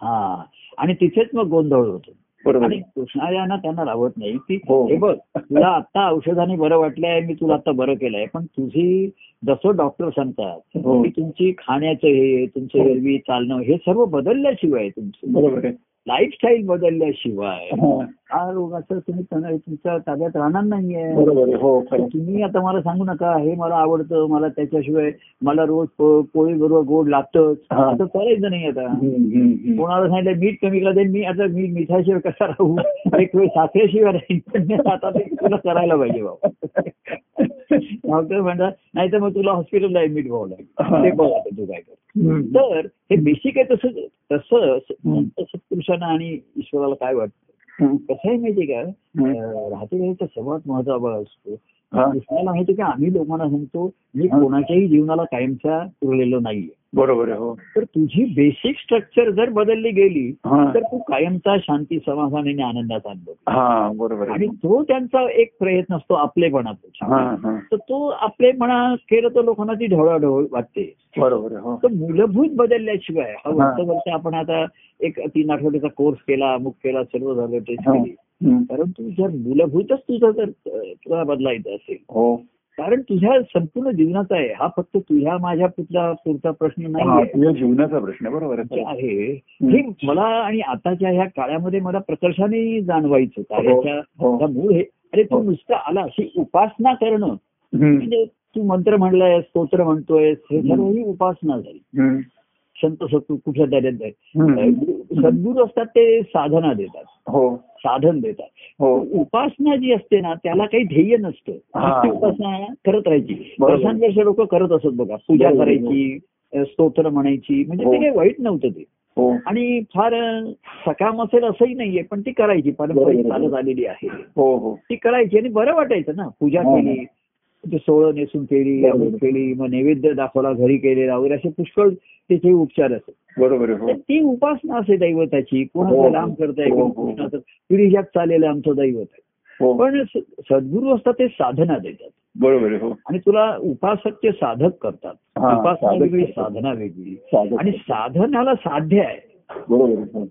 B: हा आणि तिथेच मग गोंधळ होतो
A: बरोबर
B: आणि
A: आहे.
B: कृष्णायांना त्यांना राहत नाही की
A: हो.
B: हे बघ तुला आता औषधाने बरं वाटलंय मी तुला आता बरं केलंय पण तुझी जसं डॉक्टर सांगतात
A: हो.
B: की तुमची खाण्याचं हे तुमचं
A: हो.
B: एरवी चालणं हे सर्व बदलल्याशिवाय तुमचं
A: <laughs> बरोबर आहे
B: लाईफस्टाईल बदलल्याशिवाय
A: हा,
B: हा रोगाचं तुम्ही तण- तुमच्या ताब्यात राहणार नाहीये
A: बरोबर आहे हो खरं आहे.
B: तुम्ही आता मला सांगू नका हे मला आवडतं मला त्याच्याशिवाय मला रोज पोळी बरोबर गोड लागतंच
A: हा.
B: असं करायचं नाही आता
A: हम्म, हम्म, हम्म.
B: कोणाला सांगितलं मीठ कमी करा मी आता मी मिठाशिवाय कसा राहू एक वेळ साखरेशिवाय राहील पण <laughs> आता ते तुला करायला पाहिजे बाबा
A: <laughs>
B: डॉक्टर म्हणतात नाही तर मग तुला हॉस्पिटलला ऍडमिट व्हावं लागेल ते बघ आता तू काय कर
A: हम्म.
B: तर हे बेसिक आहे तसं तसं संत सत्पुरुषांना आणि ईश्वराला काय वाटतं
A: हम्म.
B: कसं आहे माहिती का
A: हम्म.
B: राहते याचा सर्वात महत्वाचा असतो
A: हा,
B: कृष्णाला माहिती की आम्ही लोकांना सांगतो मी कोणाच्याही जीवनाला कायमचा उरलेलो नाहीये
A: बरोबर आहे हो
B: तर तुझी बेसिक स्ट्रक्चर जर बदलली गेली
A: हा.
B: तर तू कायमचा शांती समाधान आणि आनंदात अनुभव
A: हा बरोबर
B: आणि
A: आहे
B: तो त्यांचा एक प्रयत्न असतो आपलेपणाचा
A: हा हा
B: तर तो आपलेपणा केलं तर लोकांना ती ढवळाढवळ वाटते
A: बरोबर आहे हो
B: तर मूलभूत बदलल्याशिवाय हा
A: हा.
B: वर्ष वर्ष आपण आता एक तीन आठवड्याचा कोर्स केला अमुक केला सर्व झालं टेस्ट
A: हा.
B: केली
A: हम्म.
B: परंतु जर मूलभूतच तुझं जर अ, तुला बदलायचं असेल
A: हो
B: कारण तुझ्या संपूर्ण जीवनाचा आहे हा फक्त तुझ्या माझ्या पुढचा पुढचा प्रश्न
A: हा,
B: नाही
A: तुझ्या जीवनाचा प्रश्न आहे, बरोबर आहे खरं आहे.
B: आहे हे मला आणि आताच्या ह्या काळामध्ये मला प्रकर्षाने जाणवायचं कार्याच्या
A: हो, हो.
B: त्या मूळ हे अरे तू
A: हो.
B: नुसतं आला अशी उपासना करणं
A: हम्म.
B: म्हणजे तू मंत्र म्हणलाय स्तोत्र म्हणतोय हे
A: हम्म.
B: सर्व ही उपासना झाली
A: हम्म.
B: संत सत्तू कुठल्या तऱ्हेत आहे
A: हम्म.
B: सद्गुरू असतात ते साधना देतात
A: हो
B: साधन देतात
A: हो
B: उपासना जी असते ना त्याला काही ध्येय नसतं
A: हा.
B: नुसती उपासना करत राहायची
A: बरोबर.
B: वर्षानुवर्ष लोक करत असत बघा पूजा
A: बरोबर.
B: करायची अ, स्तोत्र म्हणायची म्हणजे ते
A: हो.
B: काही वाईट नव्हतं ते
A: हो
B: आणि फार अ, सकाम असेल असंही नाहीये पण ती करायची पारंपरिक
A: बरोबर.
B: चालत आलेली आहे
A: हो हो
B: ती करायची आणि बरं वाटायचं ना पूजा
A: हा.
B: केली ते सोळं नेसून केली
A: हो बरोबर.
B: अमूक केली मग नैवेद्य दाखवला घरी केलेला वगैरे असे पुष्कळ त्याचे उपचार असत
A: बरोबर आहे
B: तर
A: हो
B: ती उपासना असते दैवताची
A: हो.
B: कोणाचं राम करताय
A: हो,
B: कोण
A: हो.
B: कृष्णाचं पिढीजात चाललेलं आमचं दैवत आहे
A: हो
B: पण स- सद्गुरू असतात ते साधना देतात
A: बरोबर आहे हो
B: आणि तुला उपासक ते साधक करतात
A: हा,
B: उपासना
A: साधक
B: वेगळी
A: करतात.
B: साधना वेगळी
A: साधक.
B: आणि साधनाला साध्य आहे
A: बरोबर आहे, हो.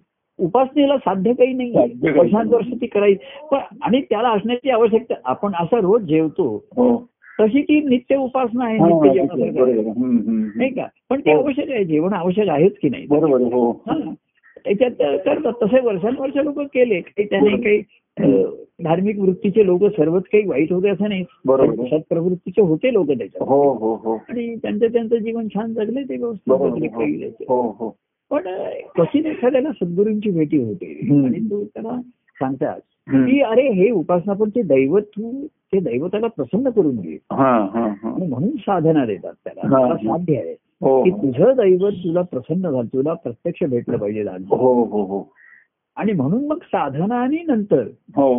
B: उपासनेला साध्य काही
A: साध्य
B: नाही
A: काही
B: वर्षांत वर्ष ती करायची पण आणि त्याला असण्याची आवश्यकता आपण असा रोज जेवतो
A: हो
B: तशी ती नित्य उपासना आहे
A: हा,
B: नित्य
A: बरोबर
B: जेवणासारखं आहे.
A: आहे. हम्म, हम्म,
B: नाही
A: हम्म.
B: का पण ते
A: हो.
B: आवश्यक आहे जेवण आवश्यक आहेच की नाही
A: बरोबर आहे, हो
B: हा. त्याच्यात करतात तसे वर्षानुवर्ष लोक केले काही त्याने
A: बरोबर.
B: काही अ, धार्मिक वृत्तीचे लोक सर्वच काही वाईट होते असं नाही
A: बरोबर.
B: पण सत्प्रवृत्तीचे होते लोक त्याच्यात
A: हो हो हो
B: आणि त्यांचं त्यांचं जीवन छान जगले ते व्यवस्थित
A: बरोबर
B: जगले
A: आहे,
B: काही नाही.
A: हो हो
B: पण अ, कशी एखाद्याला सद्गुरूंची भेटी होते
A: हम्म.
B: आणि तो त्याला सांगतात
A: हम्म.
B: की अरे हे उपासना पण ते दैवत तू ते दैवताला प्रसन्न करून घे
A: हा हा हा
B: आणि म्हणून साधना देतात त्याला
A: हा.
B: त्याला साध्य आहे
A: हो
B: की
A: हो.
B: तुझं दैवत तुला प्रसन्न झालं तुला प्रत्यक्ष भेटलं पाहिजे लहान.
A: हो हो हो
B: आणि म्हणून मग साधना आणि नंतर
A: हो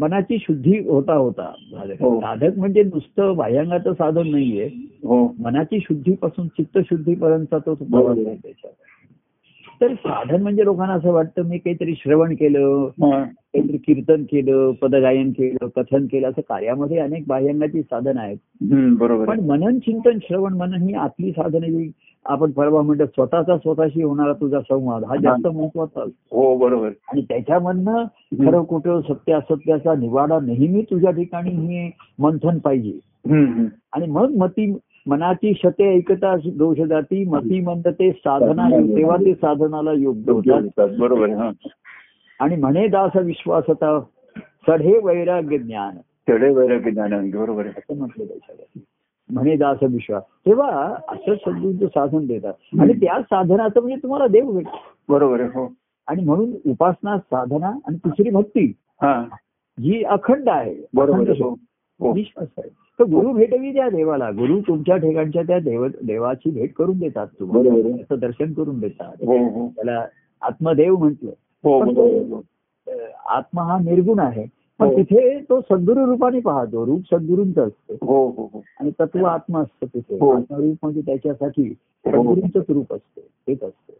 B: मनाची शुद्धी होता होता
A: हो.
B: साधक म्हणजे नुसतं बाह्यांगाचं साधन नाहीये
A: हो
B: मनाची शुद्धीपासून चित्त शुद्धीपर्यंतचा तो प्रवास आहे त्याच्यात तर साधन म्हणजे लोकांना असं वाटतं मी काहीतरी श्रवण केलं
A: हा.
B: काहीतरी कीर्तन केलं पदगायन केलं कथन केलं असं कार्यामध्ये अनेक बाह्यांगाची साधन आहेत
A: हम्म, बरोबर
B: पण
A: आहे.
B: मनन चिंतन श्रवण मनन ही आपली साधन आहे जी आपण परवा म्हणतो स्वतःचा स्वतःशी होणारा तुझा संवाद हा जास्त महत्वाचा असतो
A: हो बरोबर
B: आणि त्याच्यामधनं खरं कुठं सत्य असत्याचा निवाडा नेहमी तुझ्या ठिकाणी हे मंथन पाहिजे
A: हम्म, हम्म.
B: आणि मग मती मनाची शते ऐकता दोष जाती मती मंद ते साधना योग- तेव्हा ते साधनाला योग्य होतात
A: बरोबर आहे, हा
B: आणि म्हणे दास विश्वासता चढे वैराग्य ज्ञान
A: चढे वैराग्य ज्ञानांगी बरोबर आहे
B: असं म्हटलं त्याच्यावर म्हणे दास विश्वास तेव्हा असं सद्गुरूंचं साधन देतात आणि त्या साधनाचं म्हणजे तुम्हाला देव भेटतो
A: बरोबर आहे हो
B: आणि म्हणून उपासना साधना आणि तिसरी भक्ती
A: हा
B: जी अखंड आहे
A: बरोबर
B: अखंड
A: आहे हो हो
B: विश्वास आहे तर गुरु भेटवी द्या देवाला गुरु तुमच्या ठिकाणच्या त्या देव देवाची भेट करून देतात तुम्हाला
A: बरोबर आहे.
B: त्याचं दर्शन करून देतात
A: हो हो
B: त्याला आत्मदेव म्हटलं
A: हो
B: पण
A: बरोबर आहे, हो.
B: अं, आत्मा हा निर्गुण आहे पण
A: हो.
B: तिथे तो सद्गुरु रूपाने पाहतो रूप सद्गुरूंचं असतं
A: हो हो हो
B: आणि तत्व आत्मा असतं तिथे
A: हो.
B: आत्मरूप म्हणजे त्याच्यासाठी
A: हो.
B: सद्गुरूंचंच रूप असतं तेच असतं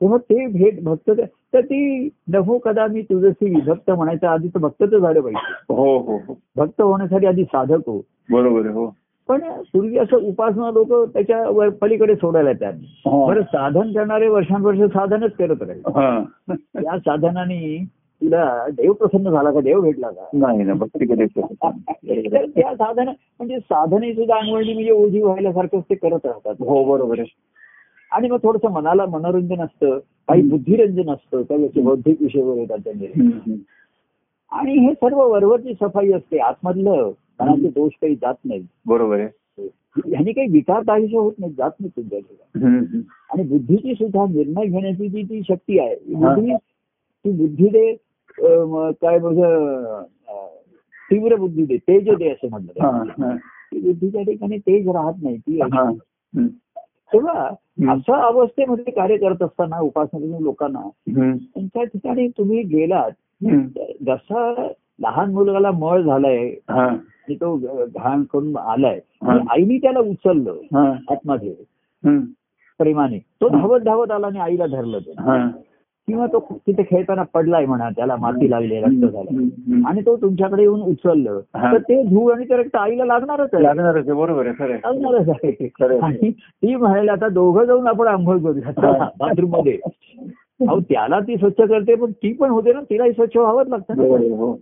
B: तेव्हा ते भेट भक्त तर ती नभो कदा मी तुझसी विभक्त म्हणायचं आधी तर भक्त तर झालं पाहिजे
A: हो हो हो
B: भक्त होण्यासाठी आधी साधक हो
A: बरोबर आहे हो
B: पण पूर्वी असं उपासना लोक त्याच्या वर- पलीकडे सोडायला त्यांनी
A: हा.
B: बरं साधन करणारे वर्षानुवर्ष साधनच
A: <laughs>
B: करत राहील
A: हा
B: या साधनाने तुला देव प्रसन्न झाला का देव भेटला का <laughs>
A: नाही ना भक्ती करायची
B: तर त्या साधन म्हणजे साधने सुद्धा अंगवळणी म्हणजे ओझी व्हायल्यासारखंच ते करत राहतात
A: हो बरोबर आहे
B: आणि मग थोडस मनाला मनोरंजन असतं काही बुद्धिरंजन असतं काही असे बौद्धिक विषय वगैरे येतात त्यांचे
A: हम्म, हम्म.
B: आणि हे सर्व वरवरची सफाई असते आतमधलं मनाचे दोष काही जात नाही
A: बरोबर आहे
B: ह्याने काही विकार काहीसे होत नाही जात नाही तुमच्या ठिकाणी.
A: हम्म, हम्म.
B: आणि बुद्धीची सुद्धा निर्णय घेण्याची जी ती शक्ती आहे ही बुद्धी ती बुद्धी दे अं, म, काय बघ अं, तीव्र बुद्धी दे तेज दे असं म्हणलं
A: हा,
B: जातं.
A: हा.
B: ती बुद्धीच्या ठिकाणी तेज राहत नाही ती
A: हा. हम्म,
B: तेव्हा अशा अवस्थेमध्ये कार्य करत असताना उपासना लोकांना
A: हम्म,
B: त्यांच्या ठिकाणी तुम्ही गेलात
A: हम्म.
B: तर जसा लहान मुलगाला मळ झालाय
A: हा,
B: आणि तो घाण करून आलाय
A: हा.
B: आणि आईने त्याला उचललं
A: हा.
B: आतमध्ये
A: हम्म,
B: प्रेमाने तो धावत धावत आला आणि आईला धरलं ते
A: हा.
B: किंवा तो तिथे खेळताना पडलाय म्हणा त्याला माती लागली रक्त झालं
A: हम्म.
B: आणि तो तुमच्याकडे येऊन उचललं
A: हा.
B: तर ते धूळ आणि ते रक्त आईला लागणारच आहे
A: लागणारच आहे बरोबर आहे खरं आहे.
B: लागणारच
A: खरं
B: आहे
A: आहे.
B: आणि ती म्हणायला आता दोघं जाऊन आपण आंघोळ करूया
A: हा.
B: बाथरूम मध्ये अहो त्याला ती स्वच्छ करते पण ती पण होते ना तिलाही स्वच्छ व्हावंच लागतं
A: बरोबर
B: ना
A: आहे, हो.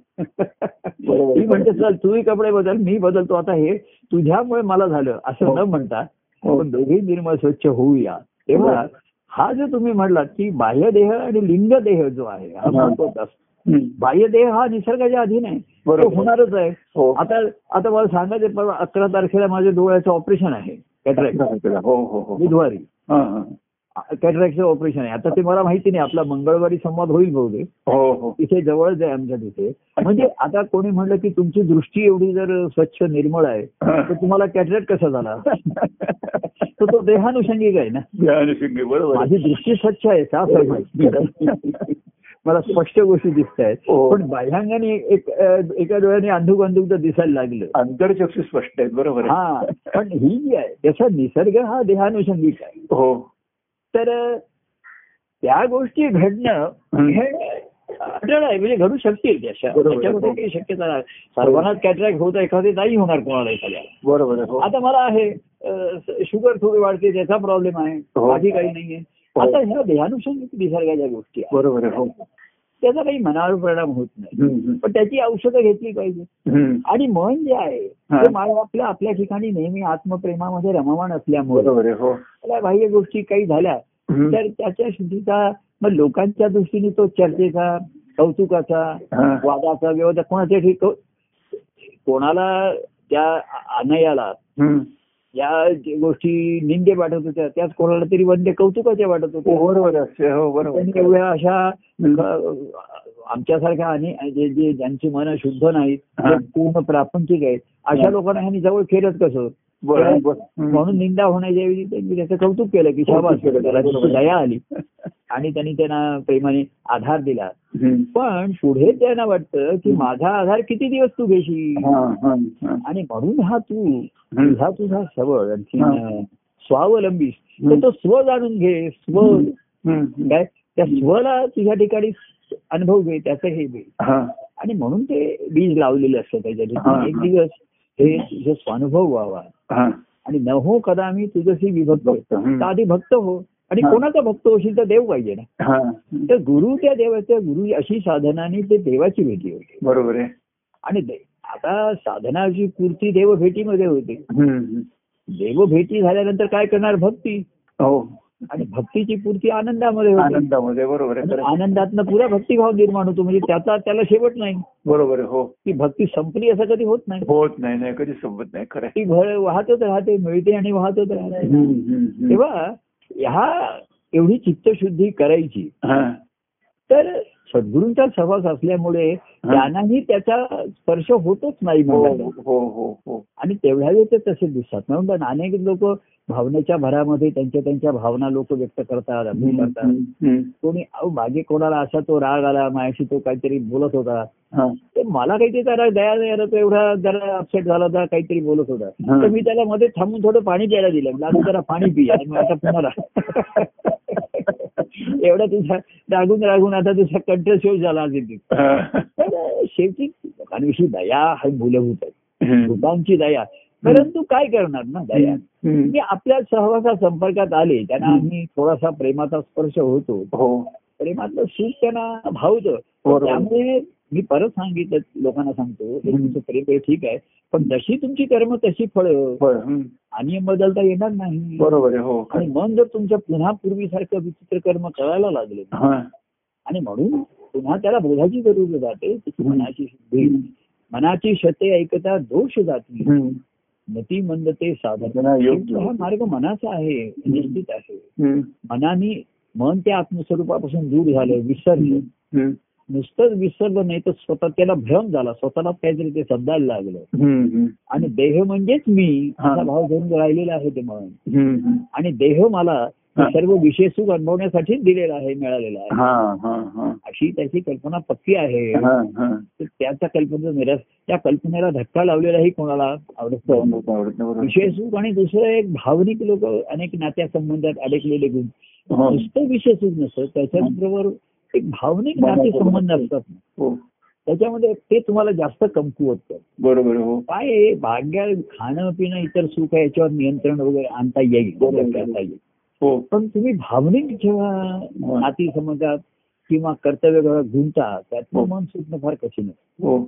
A: बरोबर.
B: ती म्हणते चल तूही कपडे बदल मी बदलतो आता हे तुझ्यामुळे मला झालं असं
A: हो.
B: न म्हणता
A: हो.
B: आपण दोघेही निर्मळ स्वच्छ होऊया तेव्हा
A: बरोबर.
B: हा जो तुम्ही म्हणलात की बाह्य देह आणि लिंग देह जो आहे हा
A: हा.
B: महत्वाचा असतो
A: हम्म.
B: बाह्य देह हा निसर्गाच्या अधीन आहे तो
A: बरोबर.
B: होणारच आहे
A: हो.
B: आता आता मला सांगायचं परवा अकरा तारखेला माझ्या डोळ्याचं ऑपरेशन आहे कॅटरॅक्ट
A: हो हो हो
B: बुधवारी
A: हा, हा.
B: कॅटरॅक्टचं ऑपरेशन आहे आता ते मला माहिती नाही आपला मंगळवारी संवाद होईल बहुतेक
A: हो हो
B: तिथे जवळच आहे आमच्या तिथे म्हणजे आता कोणी म्हणलं की तुमची दृष्टी एवढी जर स्वच्छ निर्मळ आहे
A: हा.
B: तर
A: <laughs>
B: तुम्हाला कॅटरेट कसा झाला तर तो देहानुषंगिक आहे ना
A: या अनुषंगी बरोबर आहे.
B: माझी दृष्टी स्वच्छ आहे साफ आहे
A: <laughs>
B: माझी. मला स्पष्ट गोष्टी दिसत आहेत
A: हो.
B: पण बाह्यांगाने एक अं, एका डोळ्याने अंधुक अंधुक तर दिसायला लागलं
A: आंतरचक्षु स्पष्ट आहेत बरोबर आहे
B: हा पण ही जी आहे त्याचा निसर्ग हा देहानुषंगिक आहे
A: हो
B: तर अं, त्या गोष्टी घडणं
A: हं.
B: हे आढळ आहे म्हणजे घडू शकतील त्याच्या
C: बरोबर.
B: त्याच्यामध्ये काही शक्यता नाही सर्वांनाच कॅटरॅक्ट होत एखादी नाही होणार कोणाला एखाद्याला
C: बरोबर आहे, हो.
B: आता मला आहे शुगर थोडी वाढते त्याचा प्रॉब्लेम आहे
C: हो.
B: बाकी काही नाहीये
C: हो.
B: आता ह्या देहानुषंगिक निसर्गाच्या गोष्टी आहेत.
C: बरोबर आहे, हो.
B: त्याचा काही मनावर परिणाम होत नाही
C: हम्म, हम्म.
B: पण त्याची औषधं घेतली पाहिजे
C: हम्म.
B: आणि मन जे आहे
C: हा.
B: ते मला आपल्या आपल्या ठिकाणी नेहमी आत्मप्रेमामध्ये रममाण असल्यामुळे
C: बरोबर आहे, हो.
B: त्याला बाह्य गोष्टी काही झाल्या
C: हम्म.
B: तर त्याच्या शुद्धीचा मग लोकांच्या दृष्टीने तो चर्चेचा कौतुकाचा
C: हा.
B: वादाचा विवाद कोणाच्या ठीक कोणाला त्या अनयाला
C: हम्म.
B: या जे गोष्टी निंदे वाटत होत्या त्याच कोणाला तरी वंदे कौतुकाच्या वाटत
C: हो,
B: होत्या
C: बरोबर आहे, हो,
B: पण
C: बरोबर आहे.
B: एवढ्या अशा अ, आमच्यासारख्या आणि जे जे ज्यांची मन शुद्ध नाहीत
C: हा.
B: जे पूर्ण प्रापंचिक आहेत अशा
C: हा.
B: लोकांना ह्यांनी जवळ केलंच कसं
C: बरं, बरं. हम्म.
B: म्हणून निंदा होण्याच्या ऐवजी त्यांनी त्याचं कौतुक केलं की
C: कौतुक
B: शाबास
C: केलं,
B: त्याला
C: बरोबर.
B: त्याची दया आली आणि त्यांनी त्यांना प्रेमाने आधार दिला
C: हम्म.
B: पण पुढे त्यांना वाटतं की माझा आधार किती दिवस तू घेशील
C: हा, हा, हा.
B: आणि म्हणून हा तू
C: हम्म.
B: तुझा तुझा सबळ आणखी
C: हा.
B: स्वावलंबी तर
C: हम्म.
B: तो स्व जाणून घे स्व
C: हम्म. हम्म.
B: काय त्या स्वला तुझ्या ठिकाणी अनुभव घे त्याचं हे घे
C: हा.
B: आणि म्हणून ते बीज लावलेलं असतं त्याच्या
C: हा.
B: ठिकाणी एक दिवस हे तुझा स्वानुभव व्हावा
C: हा.
B: आणि न हो कदा मी तुझशी विभक्त
C: भक्त, हं.
B: तर आधी भक्त हो आणि
C: हा.
B: कोणाचा भक्त होशील तर देव पाहिजे ना
C: हा.
B: तर गुरु त्या देवाच्या गुरु अशी साधनाने ते देवाची भेटी होते
C: बरोबर आहे
B: आणि दे- आता साधनाची पूर्ती देव भेटीमध्ये होते
C: हम्म, हम्म.
B: देव भेटी झाल्यानंतर काय करणार भक्ती
C: हो
B: आणि भक्तीची पूर्ती आनंदामध्ये होते
C: आनंदामध्ये बरोबर आहे खरं आहे.
B: आनंदातनं पुरा भक्तिभाव निर्माण होतो म्हणजे त्याचा त्याला शेवट नाही
C: बरोबर आहे हो
B: ती भक्ती संपली असं कधी होत नाही
C: होत नाही नाही कधी संपत नाही खरं आहे.
B: ती घळ वाहतच राहते मिळते आणि वाहतच राहते
C: हम्म, हम्म, हम्म.
B: तेव्हा ह्या एवढी चित्तशुद्धी करायची
C: हा.
B: तर सद्गुरूंचा सहवास असल्यामुळे त्यांनाही त्याचा स्पर्श होतोच नाही
C: हो
B: म्हणतात
C: हो हो हो
B: आणि तेवढ्या वेळी ते तसे दिसतात म्हणून पण अनेक लोक भावनेच्या भरामध्ये त्यांच्या त्यांच्या भावना लोक व्यक्त करतात अभिनय करतात
C: हम्म, हम्म.
B: कोणी अहो, मागे कोणाला असा तो राग आला माझ्याशी तो काहीतरी बोलत होता
C: हा.
B: तर मला काहीतरी जरा दया नाही आला तो एवढा जरा अपसेट झाला होता काहीतरी बोलत होता
C: हा.
B: तर मी त्याला मध्ये थांबून थोडं पाणी प्यायला दिलं म्हणजे आता जरा पाणी पी आणि मग आता <laughs> पुन्हा एवढा तुझा रागून रागून आता तुझा कंठस्वर झाला असेल तिथे.
C: हा.
B: तर शेवटी लोकांविषयी दया हा मूलभूत आहे
C: हम्म.
B: लोकांची दया परंतु काय करणार ना दया
C: हम्म.
B: मी आपल्या सहवासा संपर्कात आले त्यांना आम्ही थोडासा प्रेमाचा स्पर्श होतो
C: हो
B: प्रेमातलं सुख त्यांना भावतं
C: बरोबर.
B: त्यामुळे मी परत सांगितलं लोकांना सांगतो हे तुमचं प्रेम आहे, ठीक आहे पण जशी तुमची कर्म तशी फळं
C: बरं, हम्म.
B: आणि बदलता येणार नाही
C: बरोबर आहे हो
B: आणि मन जर तुमच्या पुन्हा पूर्वीसारखं विचित्र कर्म करायला लागले
C: हा.
B: आणि म्हणून पुन्हा त्याला बोधाची गरज जाते तिची मनाची शुद्धी मनाची शते ऐकता दोष जाती
C: हम्म.
B: मती मंद ते साधन
C: त्यांना योग्य
B: हा मार्ग मनाचा आहे निश्चित आहे
C: हम्म.
B: मनाने मन त्या आत्मस्वरूपापासून दूर झालं विसरलं
C: हम्म.
B: नुसतंच विसरलं नाही तर स्वतः त्याला भ्रम झाला स्वतःला काहीतरी ते समजायला लागलं
C: हम्म. हम्म.
B: आणि देह म्हणजेच मी
C: हा.
B: असा भाव घेऊन राहिलेला आहे ते मन
C: हम्म.
B: आणि देह मला
C: हा.
B: सर्व विशेष सुख अनुभवण्यासाठीच दिलेला आहे मिळालेला आहे
C: हा हा हा
B: अशी त्याची कल्पना पक्की आहे
C: हा हा
B: तर त्याच्या कल्पनेचं निराश त्या कल्पनेला धक्का लावलेलाही कोणाला आवडत
C: आवडत
B: नाही.
C: नाही, आवडत नाही, हो, बरोबर
B: विषय सुख आणि दुसरं एक भावनिक लोक अनेक नात्यासंबंधात अडकलेले गुण
C: हो.
B: नुसतं विषय सुख नसतं त्याच्याबरोबर एक भावनिक नातेसंबंध असतात ना.
C: हो
B: त्याच्यामध्ये ते तुम्हाला जास्त कमकुवत करतं.
C: बरोबर आहे, हो
B: काय आहे, भाग्या खाणं पिणं इतर सुख आहे याच्यावर नियंत्रण वगैरे आणता येईल
C: बरोबर.
B: करता येईल
C: हो
B: पण तुम्ही भावनिक जेव्हा नाती समजात किंवा कर्तव्य गुंता त्यातलं
C: हो.
B: मन सुटणं फार कठीण आहे
C: हो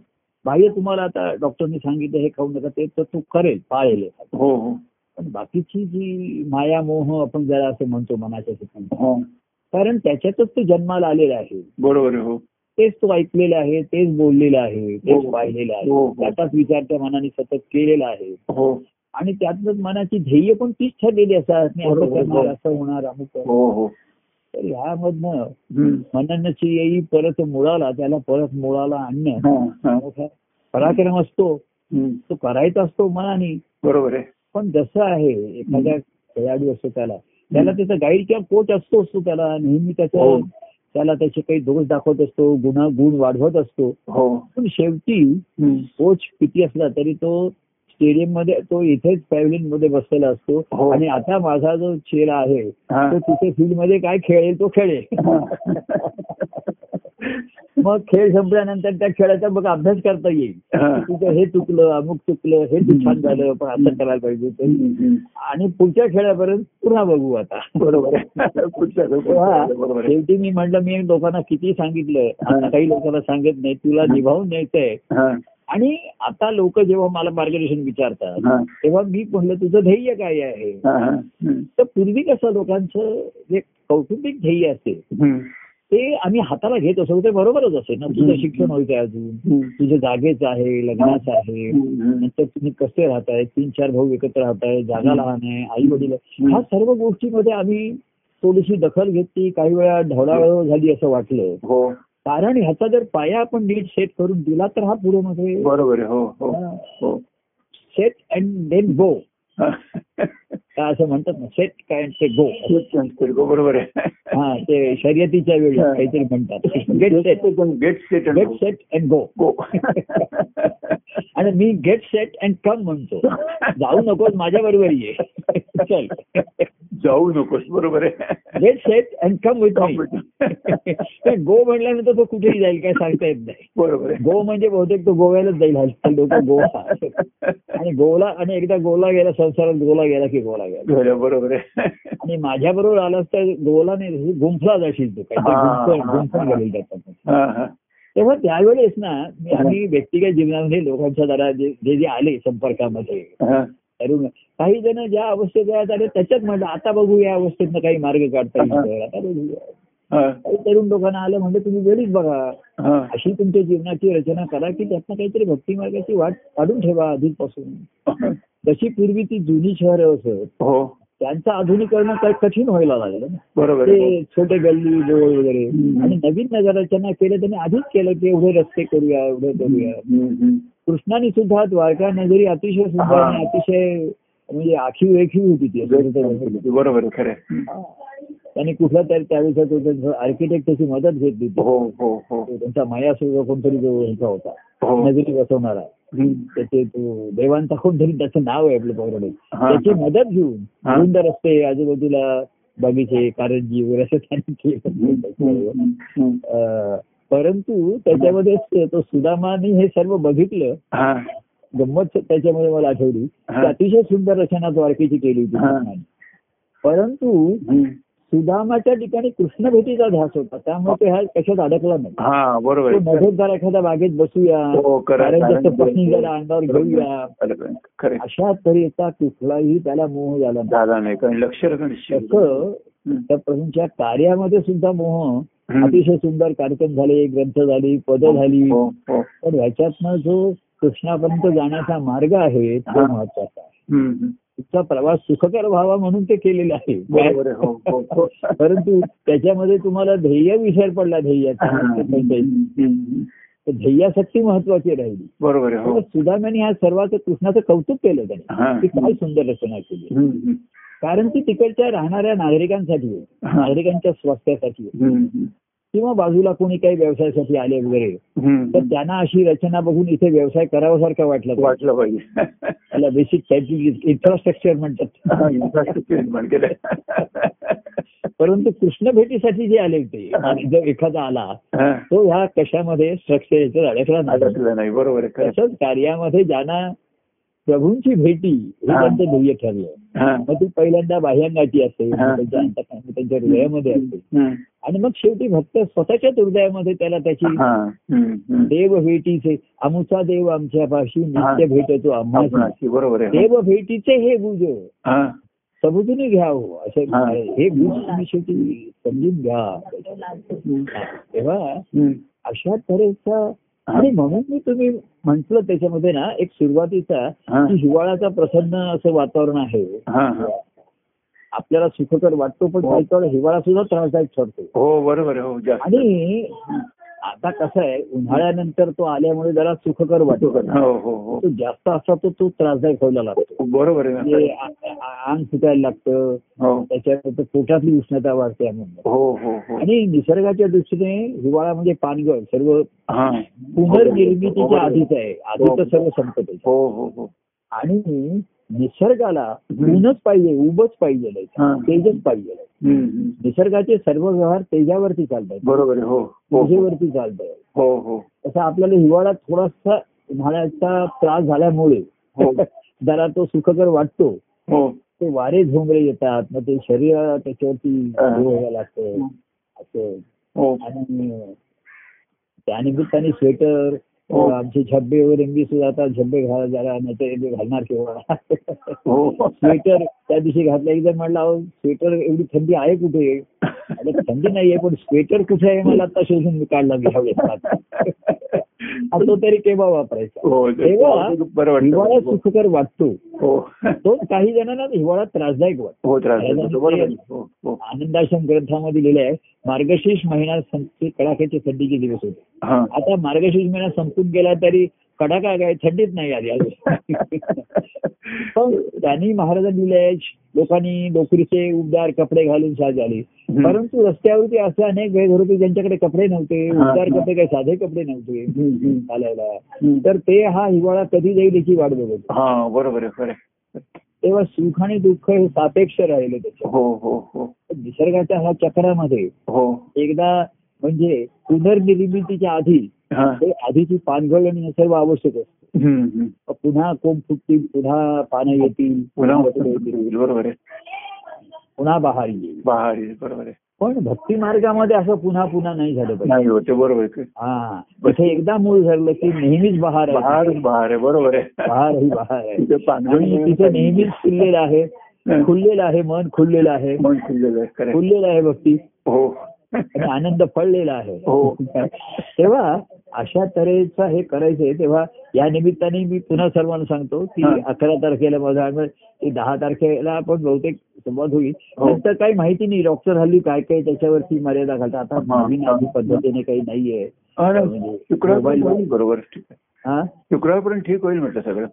B: बाह्य तुम्हाला आता डॉक्टरनी सांगितलं हे खाऊ नका ते तर तू करेल पाळेल एखादं.
C: हो हो
B: पण बाकीची जी माया मोह आपण जरा असं म्हणतो मनाच्या ठिकाणी
C: हा.
B: कारण त्याच्यातच तो जन्माला आलेला आहे
C: बरोबर आहे, हो
B: तेच तो ऐकलेला आहे तेच बोललेला आहे तेच
C: हो.
B: पाहिलेला
C: हो,
B: आहे
C: हो.
B: त्याचाच विचार त्या मनाने सतत केलेला आहे
C: हो
B: आणि त्यातच मनाची ध्येय पण तीच ठरलेली असतात मी असं
C: बरोबर,
B: करणार
C: बरोबर.
B: असं होणार अमुक करणार.
C: हो हो
B: तर ह्यामधनं
C: हम्म.
B: मननची येई परत मुळाला त्याला परत मुळाला आणणं
C: हा, हा.
B: मोठा पराक्रम असतो
C: हम्म.
B: तो करायचा असतो मनाने
C: बरोबर आहे
B: पण जसं आहे एखाद्या खेळाडू असतो त्याला त्याला त्याचा गाईड किंवा कोच असतो असतो त्याला नेहमी
C: हो.
B: त्याचं त्याला त्याचे काही दोष दाखवत असतो गुन्हा गुण वाढवत असतो
C: हो
B: पण शेवटी
C: हम्म.
B: कोच किती असला तरी तो स्टेडियम मध्ये तो इथेच पॅव्हलियन मध्ये बसलेला असतो
C: हो.
B: आणि आता माझा जो चेला आहे
C: हा.
B: तो तिथे फील्ड मध्ये काय खेळेल तो खेळेल मग खेळ संपल्यानंतर त्या खेळाचा मग अभ्यास करता येईल
A: हा.
B: तुझं हे चुकलं अमुक चुकलं हे तू छान झालं पण असं करायला पाहिजे होतं. आणि पुढच्या खेळापर्यंत पुन्हा बघू आता <laughs>
A: बरोबर आहे पुढच्या
B: तेव्हा
A: बरोबर आहे
B: शेवटी मी म्हटलं मी लोकांना किती सांगितलंय आता
A: हा.
B: काही लोकांना सांगत नाही तुला निभावून न्यायचंय
A: हा,
B: आणि आता लोक जेव्हा मला मार्गदर्शन विचारतात
A: हा,
B: तेव्हा मी म्हणलं तुझं ध्येय काय आहे
A: हा, हा. हम्म,
B: तर पूर्वी कसं लोकांचं जे कौटुंबिक ध्येय असते
A: हम्म,
B: ते आम्ही हाताला घेत असो ते बरोबरच असे ना तुझं
A: हम्म.
B: शिक्षण व्हायचं आहे अजून
A: हम्म,
B: तुझ्या जागेचं आहे लग्नाचं आहे
A: हम्म, हम्म.
B: नंतर तुम्ही कसे राहताय तीन चार भाऊ एकत्र राहताय जागा
A: हम्म.
B: लहान आहे आई वडील
A: हम्म.
B: ह्या सर्व गोष्टीमध्ये आम्ही थोडीशी दखल घेतली काही वेळा ढवळावळ झाली असं वाटलं
A: हो
B: कारण ह्याचा जर पाया आपण नीट सेट करून दिला तर हा पुढे मध्ये
A: बरोबर आहे हो हो हो
B: सेट अँड देन गो
A: हा.
B: असं म्हणतात ना सेट काय अँड ते गो
A: तेच सांगतोय, बरोबर आहे
B: हा ते शर्यतीच्या वेळी
A: हा.
B: काहीतरी म्हणतात get set
A: get set
B: get set and go
A: go
B: आणि मी गेट सेट अँड कम म्हणतो जाऊ नकोस माझ्या बरोबर ये चल
A: जाऊ नकोस बरोबर आहे
B: get set and come with
A: Come with me.
B: <laughs> गो म्हटल्यानंतर तो कुठेही जाईल काय सांगता येत नाही
A: बरोबर आहे
B: गो म्हणजे बहुतेक तो गोव्यालाच जाईल हल्ली लोक गोवा आणि गोला आणि एकदा गोला गेला संसारात गोला गेला की गोला गेला
A: बरं, बरोबर आहे
B: आणि माझ्या बरोबर आलास तर गोला नाही गुंफला जाशील तू
A: हा,
B: काही
A: हा,
B: गुंफून
A: हा.
B: गेलेल त्याच्यात
A: हा, हा.
B: तेव्हा त्यावेळेस ना मी आम्ही व्यक्तिगत जीवनामध्ये लोकांच्या जरा जे जे जे आले संपर्कामध्ये
A: हा.
B: तरुण काही जण ज्या अवस्थेत आहेत अरे त्याच्यात म्हटलं आता बघू या अवस्थेतनं काही मार्ग काढता येईल आता बघूया
A: हा.
B: काही तरुण लोकांना आलं म्हणजे तुम्ही वेळीच बघा
A: हा.
B: अशी तुमच्या जीवनाची रचना करा की त्यातनं काहीतरी भक्ती मार्गाची वाट काढून ठेवा आधीपासून जशी पूर्वी ती जुनी शहरं असत
A: हो
B: त्यांचं आधुनिकरण काही कठीण व्हायला लागलं ना
A: बरोबर आहे हो.
B: ते छोटे गल्ली जवळ वगैरे
A: हम्म.
B: आणि नवीन नगररचना केलं त्यांनी आधीच केलं की एवढे रस्ते करूया एवढे करूया
A: हम्म, हम्म.
B: कृष्णाने सुद्धा द्वारका नगरी अतिशय सुंदर
A: हा.
B: आणि अतिशय म्हणजे आखीव रेखीव होती ती असं त्याचं
A: बरोबर आहे खरं आहे.
B: हा. त्यांनी कुठला तरी त्यावेळेस आर्किटेक्ट त्याची मदत घेतली होती.
A: हो हो हो
B: तो त्यांचा माया सुद्धा कोणतरी जो ह्याचा होता
A: हो
B: नजरी बसवणारा
A: हम्म.
B: त्याचे तो देवांचा कोणतरी त्याचं नाव आहे आपलं पौराणिक
A: हा.
B: त्याची मदत घेऊन
A: हा.
B: रुंद रस्ते आजूबाजूला बगीचे कारंजी वगैरे असं त्यांनी केलं
A: हम्म, हम्म.
B: अं, परंतु त्याच्यामध्ये तो सुदामाने हे सर्व बघितलं
A: हा.
B: गंमत त्याच्यामध्ये मला आठवली
A: हा.
B: की अतिशय सुंदर रचना द्वारकेची केली होती
A: हा.
B: कृष्णाने. परंतु
A: हम्म.
B: सुदामाच्या ठिकाणी कृष्णभेटीचा ध्यास होता त्यामुळे तो ह्या कशात अडकला नाही
A: हा बरोबर
B: तो
A: आहे.
B: नभेत जरा एखाद्या बागेत बसूया
A: हो, करा.
B: कारण जास्त
A: कारण
B: पत्नी जरा अंगावर घेऊया
A: बरोबर आहे. खरं आहे.
B: अशा तऱ्हेचा कुठलाही त्याला मोह झाला नाही
A: झाला नाही कारण लक्ष राखणं शिकलो.
B: तसं
A: हम्म.
B: त्या प्रभूंच्या कार्यामध्ये सुद्धा मोह
A: हम्म.
B: अतिशय सुंदर कार्यक्रम झाले ग्रंथ झाली पदं झाली
A: हो हो
B: पण ह्याच्यातनं जो कृष्णापर्यंत जाण्याचा मार्ग आहे तो
A: हा.
B: महत्वाचा आहे
A: हम्म, हम्म.
B: तुमचा प्रवास सुखकर व्हावा म्हणून ते केलेलं
A: बरोबर आहे.
B: आहे
A: हो हो हो
B: <laughs> परंतु त्याच्यामध्ये तुम्हाला ध्येय विसर पडला ध्येयाचा तर
A: हम्म.
B: ध्येयासाठी महत्वाची राहिली
A: बरोबर आहे हो
B: तर सुदामाने ह्या सर्वाचं कृष्णाचं कौतुक केलं त्याने
A: हा.
B: की काय सुंदर रचना केली
A: हम्म, हम्म.
B: कारण ती तिकडच्या राहणाऱ्या नागरिकांसाठी आहे.
A: हा.
B: नागरिकांच्या स्वास्थ्यासाठी आहे.
A: हम्म, हम्म.
B: किंवा बाजूला कोणी काही व्यवसायासाठी आले वगैरे तर
A: हम्म.
B: त्यांना अशी रचना बघून इथे व्यवसाय करावासारखा वाटला पाहिजे.
A: वाटलं पाहिजे
B: त्याला बेसिक फॅसिलिटीज इन्फ्रास्ट्रक्चर म्हणतात
A: इन्फ्रास्ट्रक्चर निर्माण केलंय
B: परंतु कृष्ण भेटीसाठी जे आले होते आणि जर एखादा आला
A: हा.
B: तो ह्या कशामध्ये स्ट्रक्चर अडकला नाही
A: अडकलं नाही बरोबर आहे खरं
B: तसंच कार्यामध्ये ज्यांना प्रभूंची भेटी हे
A: हा.
B: त्यांचं ध्येय ठरलं
A: हा.
B: मग ती पहिल्यांदा बाह्यांगाची असते
A: हा.
B: मग त्यांच्या अंतःकरणात, मग त्यांच्या हृदयामध्ये असते
A: हम्म.
B: आणि मग शेवटी भक्त स्वतःच्याच हृदयामध्ये त्याला त्याची
A: हा. हम्म. हम्म.
B: देव भेटीचे आमुचा देव आमच्या पाशी
A: हा.
B: नित्य भेटतो आम्हाला
A: आपणाशी, बरोबर आहे
B: देव भेटीचे हे बुज
A: हा.
B: समजून घ्या हो असं
A: हा.
B: हे बुज तुम्ही शेवटी समजून घ्या
A: हम्म.
B: तेव्हा
A: हम्म.
B: अशा तऱ्हेचा
A: हा.
B: आणि म्हणून मी तुम्ही म्हंटल त्याच्यामध्ये ना एक सुरुवातीचा
A: हा.
B: की हिवाळ्याचा प्रसन्न असं वातावरण आहे
A: हा. हा.
B: आपल्याला सुखकर वाटतो पण
A: हो.
B: काही काळ हिवाळा सुद्धा त्रासदायक ठरतो
A: हो बरोबर आहे हो जास्त
B: आणि आता कसं आहे उन्हाळ्यानंतर तो आल्यामुळे जरा सुखकर वाटतो
A: हो हो हो
B: तो जास्त असला तर तो त्रासदायक व्हायला लागतो
A: बरोबर आहे ना
B: म्हणजे आ- आ- अंग फुटायला लागतं
A: हो
B: त्याच्यानंतर पोटातली उष्णता वाढते म्हणून
A: हो हो हो
B: आणि निसर्गाच्या दृष्टीने हिवाळा म्हणजे पानगळ सर्व
A: हा
C: हो,
B: पुनर्निर्मितीच्या आधीच आहे आधीच सर्व संपत आहे
A: हो हो हो
B: आणि निसर्गाला ऊनच पाहिजे उभच पाहिजे
C: हा.
B: तेजच पाहिजे
C: हम्म, हम्म.
B: निसर्गाचे सर्व व्यवहार तेजावरती चालतात
C: बरोबर आहे हो हो
B: ऊर्जेवरती चालतात
C: हो हो
B: तसं आपल्याला हिवाळ्यात थोडासा उन्हाळ्याचा त्रास झाल्यामुळे
C: हो.
B: <laughs> जरा तो सुखकर वाटतो
C: हो
B: ते वारे झोंबरे येतात मग ते शरीर त्याच्यावरती
C: हा.
B: हे व्हायला लागतं असं
C: हो
B: आणि त्यानिमित्ताने स्वेटर
C: हो.
B: आमचे झब्बे वगैरे मी सुद्धा आता झब्बे घाला जरा नाहीतर ते घालणार केव्हा <laughs>
C: हो
B: स्वेटर त्या दिवशी घातलं एकदा म्हणलं अहो स्वेटर एवढी थंडी आहे कुठे आणि थंडी नाहीये पण स्वेटर कुठे आहे मला आता शोधून मी काढला मी
C: <laughs>
B: ह्यावेळेस आणि तो तरी केव्हा वापरायचा
C: हो
B: तेव्हा
C: बरं
B: हिवाळा
C: वाटतं
B: सुखकर वाटतो
C: हो
B: तो काही जणांना हिवाळा त्रासदायक वाटतो
C: हो त्रास होतो बरोबर आहे. हो हो
B: आनंदाश्रम ग्रंथामध्ये लिहिलं आहे मार्गशीर्ष महिना संपते कडाक्याचे थंडीचे दिवस होते
C: हा
B: आता मार्गशीर्ष महिना संपून गेला तरी कडाका काय थंडीत नाही
C: <laughs>
B: आली अजून पण त्यांनी महाराजांनी लिहिले आहे लोकांनी डोकरीचे उबदार कपडे घालून साज आले
C: हम्म.
B: परंतु रस्त्यावरती असे अनेक वेळ होते ज्यांच्याकडे कपडे नव्हते
C: हा,
B: उबदार
C: हा.
B: कपडे काही साधे कपडे नव्हते
C: हम्म, हम्म.
B: घालायला
C: हम्म.
B: तर ते हा हिवाळा कधी जाईल याची वाट बघत होते.
C: हा बरोबर आहे खरं आहे.
B: तेव्हा सुख आणि दुःख हे सापेक्ष राहिले त्याच्या
C: हो हो हो
B: निसर्गाच्या ह्या चक्रामध्ये
C: हो
B: एकदा म्हणजे पुनर्निर्मितीच्या आधी
C: हा
B: ते आधीची पानगळ आणि हे सर्व आवश्यक असतं
C: हम्म, हम्म.
B: मग पुन्हा कोंब फुटतील पुन्हा पानं येतील
C: पुन्हा
B: फुलं येतील,
C: बरोबर आहे
B: पुन्हा बहार येईल
C: बहार येईल, बरोबर आहे
B: पण भक्ती मार्गामध्ये असं पुन्हा पुन्हा नाही झालं पाहिजे
C: नाही होते बरोबर आहे
B: हा तिथे एकदा मूळ झालं की नेहमीच बहार आहे
C: बहार बहार आहे बरोबर आहे
B: बहार ही बहार आहे
C: तिथे पानगळ
B: आणि तिथे नेहमीच फुललेलं आहे खुललेलं आहे मन खुललेलं आहे
C: मन खुललेलं आहे खरं आहे.
B: फुललेलं आहे भक्ती
C: हो
B: आणि आनंद फळलेला आहे
C: हो.
B: तेव्हा अशा तऱ्हेचा हे करायचंय तेव्हा या निमित्ताने मी पुन्हा सर्वांना सांगतो की
C: हा.
B: अकरा तारखेला माझा आठ- ते दहा तारखेला आपण बहुतेक संवाद होईल
C: हो.
B: नंतर काही माहिती नाही डॉक्टर हल्ली काय काय त्याच्यावरती मर्यादा घालतात आता
C: हा.
B: नवीन आधी पद्धतीने काही नाहीये म्हणजे
C: आणि शुक्रवारपर्यंत होईल बरोबर ठीक आहे
B: हा
C: शुक्रवारपर्यंत ठीक होईल म्हटलं सगळं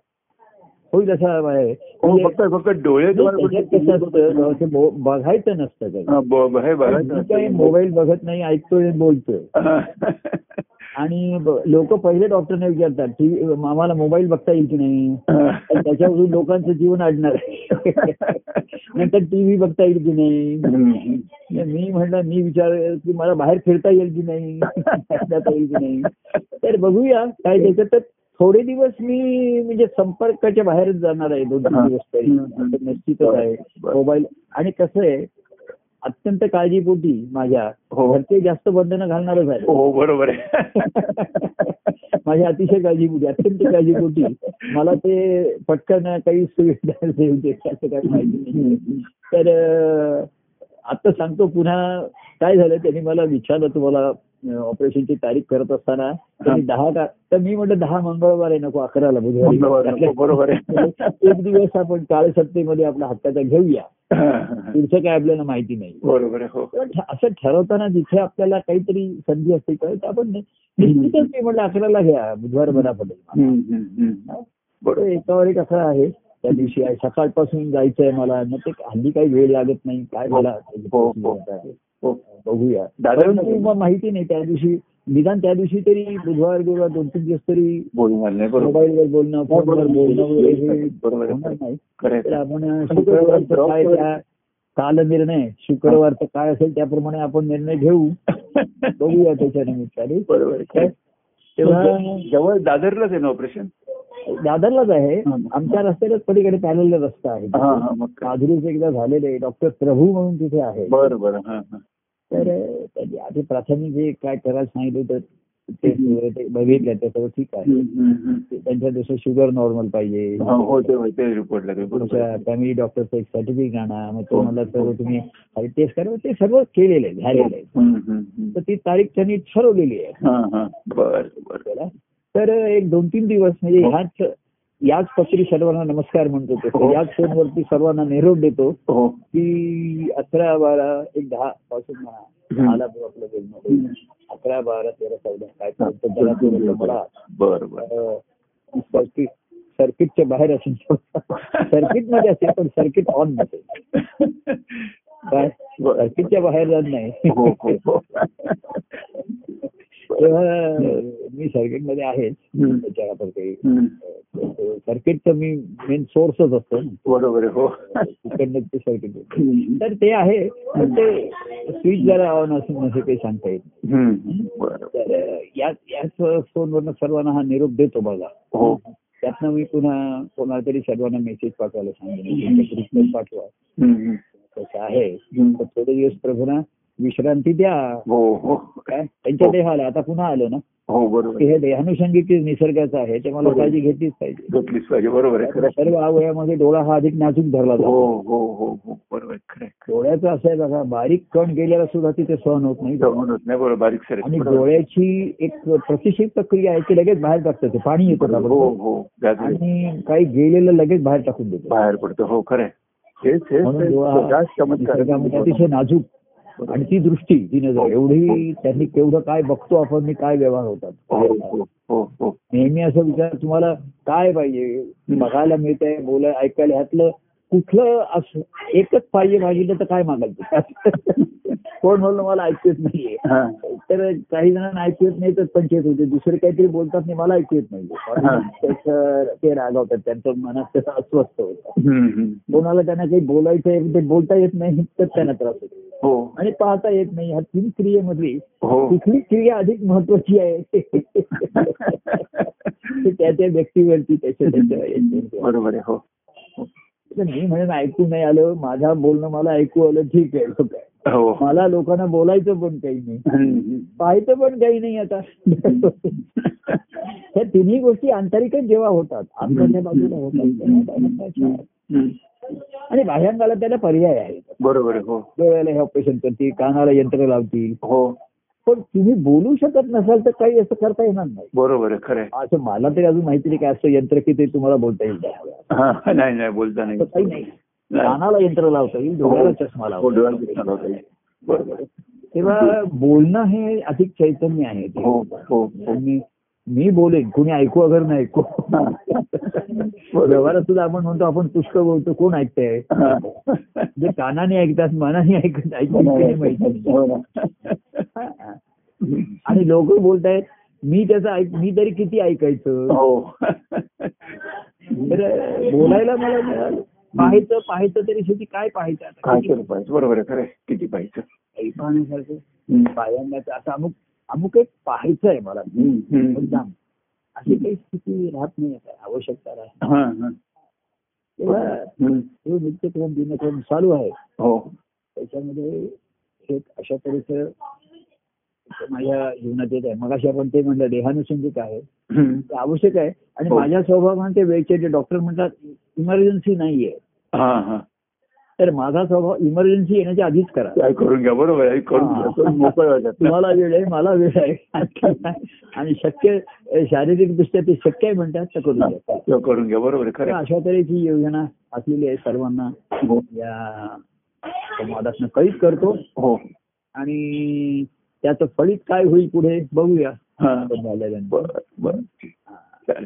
B: होईल असं आहे
C: हो
B: म्हणजे
C: फक्त फक्त डोळे तुम्हाला
B: त्याच्यात कसं असतं ते मो- बघायचं नसतं काही
C: हा, ब- ब- हे बघा
B: मी काही मोबाईल बघत नाही ऐकतोय आणि बोलतोय आणि लोक पहिले डॉक्टरने विचारतात की आम्हाला मोबाईल बघता येईल की नाही तर त्याच्यावरून लोकांचं जीवन अडणार आहे. नंतर टीव्ही बघता येईल की
A: <laughs>
B: नाही तर मी म्हणलं मी विचार की मला बाहेर फिरता येईल की
A: <laughs>
B: नाही फिरता येईल की नाही तर बघूया काय त्याचं तर थोडे दिवस मी म्हणजे संपर्काच्या बाहेरच जाणार आहे दोन तीन दिवस तरी असं निश्चितच आहे मोबाईल आणि कसं आहे अत्यंत काळजीपोटी माझ्या
C: हो.
B: घरचे जास्त बंधनं घालणारच आहे
C: हो बरोबर आहे
B: <laughs> माझी अतिशय काळजीपोटी अत्यंत काळजीपोटी मला ते पटकन काही सुविधा देऊ दे, असं काही माहिती नाही तर अं, आता सांगतो पुन्हा काय झालं त्यांनी मला विचारलं तुम्हाला ऑपरेशनची तारीख करत असताना त्यांनी दहा का तर मी म्हटलं दहा मंगळवार आहे नको अकराला
C: मंगळवार नको, बरोबर आहे.
B: एक दिवस आपण काळसत्तेमध्ये आपला हक्काचा घेऊया पुढचं काय आपल्याला माहिती नाही
C: बरोबर आहे हो
B: पण ठ- असं ठरवताना जिथे आपल्याला काहीतरी संधी असते तर ते आपण नि- निश्चितच मी म्हटलं अकराला घ्या बुधवार बरा पडेल
C: हम्म, हम्म, हम्म.
B: बरोबर एकावर एक असं आहे त्या दिवशी आहे, सकाळपासून जायचं आहे मला मग ते हल्ली काही वेळ लागत नाही काय मला
C: हो, हो. हो
B: बघूया
C: दादा-
B: परंतु मग माहिती नाही त्या दिवशी निदान त्या दिवशी तरी बुधवार गुरुवार दोन तीन दिवस तरी
C: बोलून झालं नाही बरोबर
B: मोबाईलवर बोलणं फोनवर बोलणं
A: हो.
B: वगैरे हे
C: बरोबर आहे.
B: होणार नाही
C: खरं आहे.
B: तर आपण
C: ड्रॉप
B: शुक्रवारचं काय
C: करू.
B: त्या काल निर्णय शुक्रवारचं काय असेल त्याप्रमाणे आपण निर्णय घेऊ बघूया त्याच्या निमित्ताने
C: बरोबर आहे.
B: तर तेव्हा
C: जवळ दादरलाच आहे ना ऑपरेशन
B: दादरलाच आहे
C: हा.
B: आमच्या रस्त्यालाच पलीकडे पॅरल रस्ता आहे
C: हा हा मग काय.
B: माधुरीच एकदा झालेले डॉक्टर प्रभू म्हणून तिथे आहे
C: बरं बरं हा हा
B: तर त्यांनी आधी प्राथमिक जे काय करायला सांगितलं तर ते वगैरे ते बघितलं ते सगळं ठीक आहे
C: हम्म, हम्म, हम्म.
B: ते त्यांच्या जसं शुगर नॉर्मल पाहिजे
C: हा, हो ते हो, ते रिपोर्ट लागेल बरोबर
B: तुमच्या फॅमिली डॉक्टरचं एक सर्टिफिकेट आणा
C: हो.
B: मग तो मला सर्व तुम्ही टेस्ट करा ते सर्व केलेलं आहे झालेलं आहे
C: हम्म, हम्म, हम्म.
B: तर ती तारीख त्यांनी ठरवलेली आहे
C: हा हा बर बर
B: त्याला तर एक दोन तीन दिवस म्हणजे ह्याच याच पत्री सर्वांना नमस्कार म्हणतो
C: हो.
B: तो याच फोनवरती सर्वांना निरोप देतो
C: हो
B: की अकरा बारा एक दहा पासून म्हणा
C: हम्म.
B: दहाला पण आपलं बोलणं होईल. अकरा बारा तेरा चौदा काय पर्यंत जरा तो म्हणतो मला
C: बर बर
B: अं, सर्किट सर्किटच्या बाहेर असेल सर्किट मध्ये असेल पण सर्किट ऑन नसेल काय सर्किटच्या बाहेर जात नाही
C: हो हो हो
B: <laughs> तेव्हा मी सर्किटमध्ये आहे
C: हम्म.
B: त्याच्या आपण काही
C: हम्म.
B: सर्किट सर्किटचं मी मेन सोर्सच असतो ना
A: बरोबर आहे, हो
B: तिकडनं ते सर्किट
A: हम्म.
B: तर ते आहे पण ते स्विच जरा ऑन असून असं काही सांगता येत नाही.
A: हम्म. बरं
B: तर याच याच फोनवरनं सर्वांना हा निरोप देतो बघा
A: हो
B: त्यातनं मी पुन्हा कोणाला तरी सर्वांना मेसेज पाठवायला सांगेन रिक्वेस्ट पाठवा
A: हम्म.
B: कसं आहे तर
A: हम्म.
B: थोडे दिवस प्रभूना विश्रांती द्या
A: हो हो
B: काय त्यांच्या देहाला आता पुन्हा आलो ना
A: हो बरोबर
B: की हे देहानुषंगिक निसर्गाचं आहे त्यामुळे मला काळजी घेतलीच पाहिजे
A: घेतलीच पाहिजे बरोबर आहे खरं आहे.
B: सर्व अवयवामध्ये डोळा हा अधिक नाजूक धरला
A: हो
B: जातो
A: हो हो हो बरोबर आहे, खरं आहे.
B: डोळ्याचं असं आहे बघा बारीक कण गेल्याला सुद्धा तिथे सहन होत नाही
A: जाऊन होत नाही बरोबर बारीक सर
B: आणि डोळ्याची एक प्रतिषेध प्रक्रिया आहे की लगेच बाहेर टाकतं ते पाणी येतं
A: हो
B: त्याबरोबर.
A: हो जाते
B: आणि काही गेलेलं लगेच बाहेर टाकून देतो
A: बाहेर पडतो हो खरं आहे. हेच हेच
B: म्हणून
A: हेच.
B: डोळा हा
A: स्वतःच चमत्कार आहे. हो,
B: निसर्गामध्ये अतिशय नाजूक आणि ती दृष्टी ती नजर एवढी त्यांनी केवढं काय बघतो आपण आणि काय व्यवहार
A: हो
B: होतात
A: हो हो हो
B: नेहमी असं विचार तुम्हाला काय पाहिजे बघायला मिळतंय बोलाय ऐकायला ह्यातलं कुठलं असं एकच पाहिजे भाजीला तर काय मागाल
A: <laughs>
B: तू कोण म्हणलं मला ऐकू येत नाहीये
A: हा.
B: तर काही जणांना ऐकू येत नाही तर पंचायत होते दुसरे काहीतरी बोलतात नाही मला ऐकू येत
A: हा.
B: नाही तर ते रागावतात त्यांचं मनात त्याचा अस्वस्थ होतं
A: हम्म, हम्म.
B: कोणाला त्यांना काही बोलायचं आहे ते बोलता येत नाही तर त्यांना त्रास होतो
A: हो
B: आणि पाहता येत नाही ह्या तीन क्रियेमधली
A: हो
B: कुठली क्रिया अधिक महत्वाची आहे ते त्या त्या व्यक्तीवरती त्याच्या त्याच्या याच्यावरती.
A: बरोबर आहे हो
B: तर मी म्हणून ऐकू नाही आलं माझा बोलणं मला ऐकू आलं ठीक आहे लोक आहे.
A: हो
B: मला लोकांना बोलायचं पण काही नाही
A: हम्म,
B: पाहायचं पण काही नाही आता ह्या तिन्ही गोष्टी आंतरिकच जेव्हा होतात आंतरच्या बाजूला होतात तेव्हा बाहेरनं छान.
A: हम्म.
B: आणि बाह्यांगाला त्याला पर्याय आहेत
A: बरोबर आहे हो
B: डोळ्याला हे ऑपरेशन करतील कानाला यंत्र लावतील
A: हो
B: पण तुम्ही बोलू शकत नसाल तर काही असं करता येणार नाही
A: बरोबर आहे खरं आहे.
B: असं मला तरी अजून माहिती नाही काय असं यंत्र की ते तुम्हाला बोलता येईल का?
A: हा, नाही नाही बोलता
B: असं काही
A: नाही
B: नाही कानाला यंत्र लावता येईल डोळ्याला चष्मा
A: हो, डोळ्याला
B: लावता
A: चष्मा
B: येईल.
A: लावता येईल. बरोबर आहे.
B: तेव्हा बोलणं हे अधिक चैतन्य आहे ते.
A: हो हो हो
B: आणि मी बोलेन कुणी ऐकू अगर नाही ऐकू
A: हा.
B: व्यवहारात सुद्धा आपण म्हणतो आपण पुष्कळ बोलतो कोण ऐकतंय
A: हा.
B: जे कानाने ऐकतात मनाने ऐकत ऐकतात
A: हो
B: ते
A: ना.
B: माहिती नाही.
A: हो ना.
B: हा. आणि लोक बोलतायत मी त्याचं ऐक मी तरी किती ऐकायचं
A: हो
B: तर बोलायला मला मिळालं पाहायचं पाहायचं तरी शेवटी काय पाहायचं आता?
A: काय केलं पाहिजे बरोबर आहे खरं आहे. किती पाहिजे
B: काही पाहण्यासारखं
A: हम्म.
B: पाहण्याचं आता अमुक अमुक एक पाहायचं आहे मला
A: हम्म, हम्म.
B: मुद्दाम अशी काही स्थिती राहत नाही आता आवश्यकता राहत
A: हा, हा.
B: तेव्हा
A: हम्म.
B: हे नित्यक्रम दिनक्रम चालू आहे
A: हो
B: त्याच्यामध्ये हे अशा तऱ्हेचं माझ्या जीवनात येत आहे मग आपण ते म्हणलं देहानुषंगिक आहे
A: हम्म.
B: ते आवश्यक आहे आणि
A: हो.
B: माझ्या स्वभावाने ते वेळचे जे डॉक्टर म्हणतात इमर्जन्सी नाहीये
A: हा हा
B: तर माझा स्वभाव इमर्जन्सी येण्याच्या आधीच करा
A: काय करून घ्या बरोबर आहे करून घ्या करून मोकळ वाटत
B: तुम्हाला वेळ आहे मला वेळ आहे आणखी काय? आणि शक्य शारीरिक दृष्ट्या ते शक्य आहे म्हणतात तर करू शकतात
A: करून घ्या बरोबर आहे
B: तर
A: खरं आहे.
B: अशा तऱ्हेची योजना असलेली आहे सर्वांना
A: हो
B: या संवादातनं कळीत करतो
A: हो
B: आणि त्याचं फळीत काय होईल पुढे बघूया
A: हा
B: आपण झाल्यानंतर.
A: बरं बरं ठीक. चालेल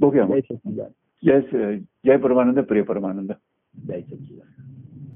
A: बघूया मग.
B: जय सच्चिदान
A: जय श्री- जय परमानंद प्रिय परमानंद
B: जय सच्चिदान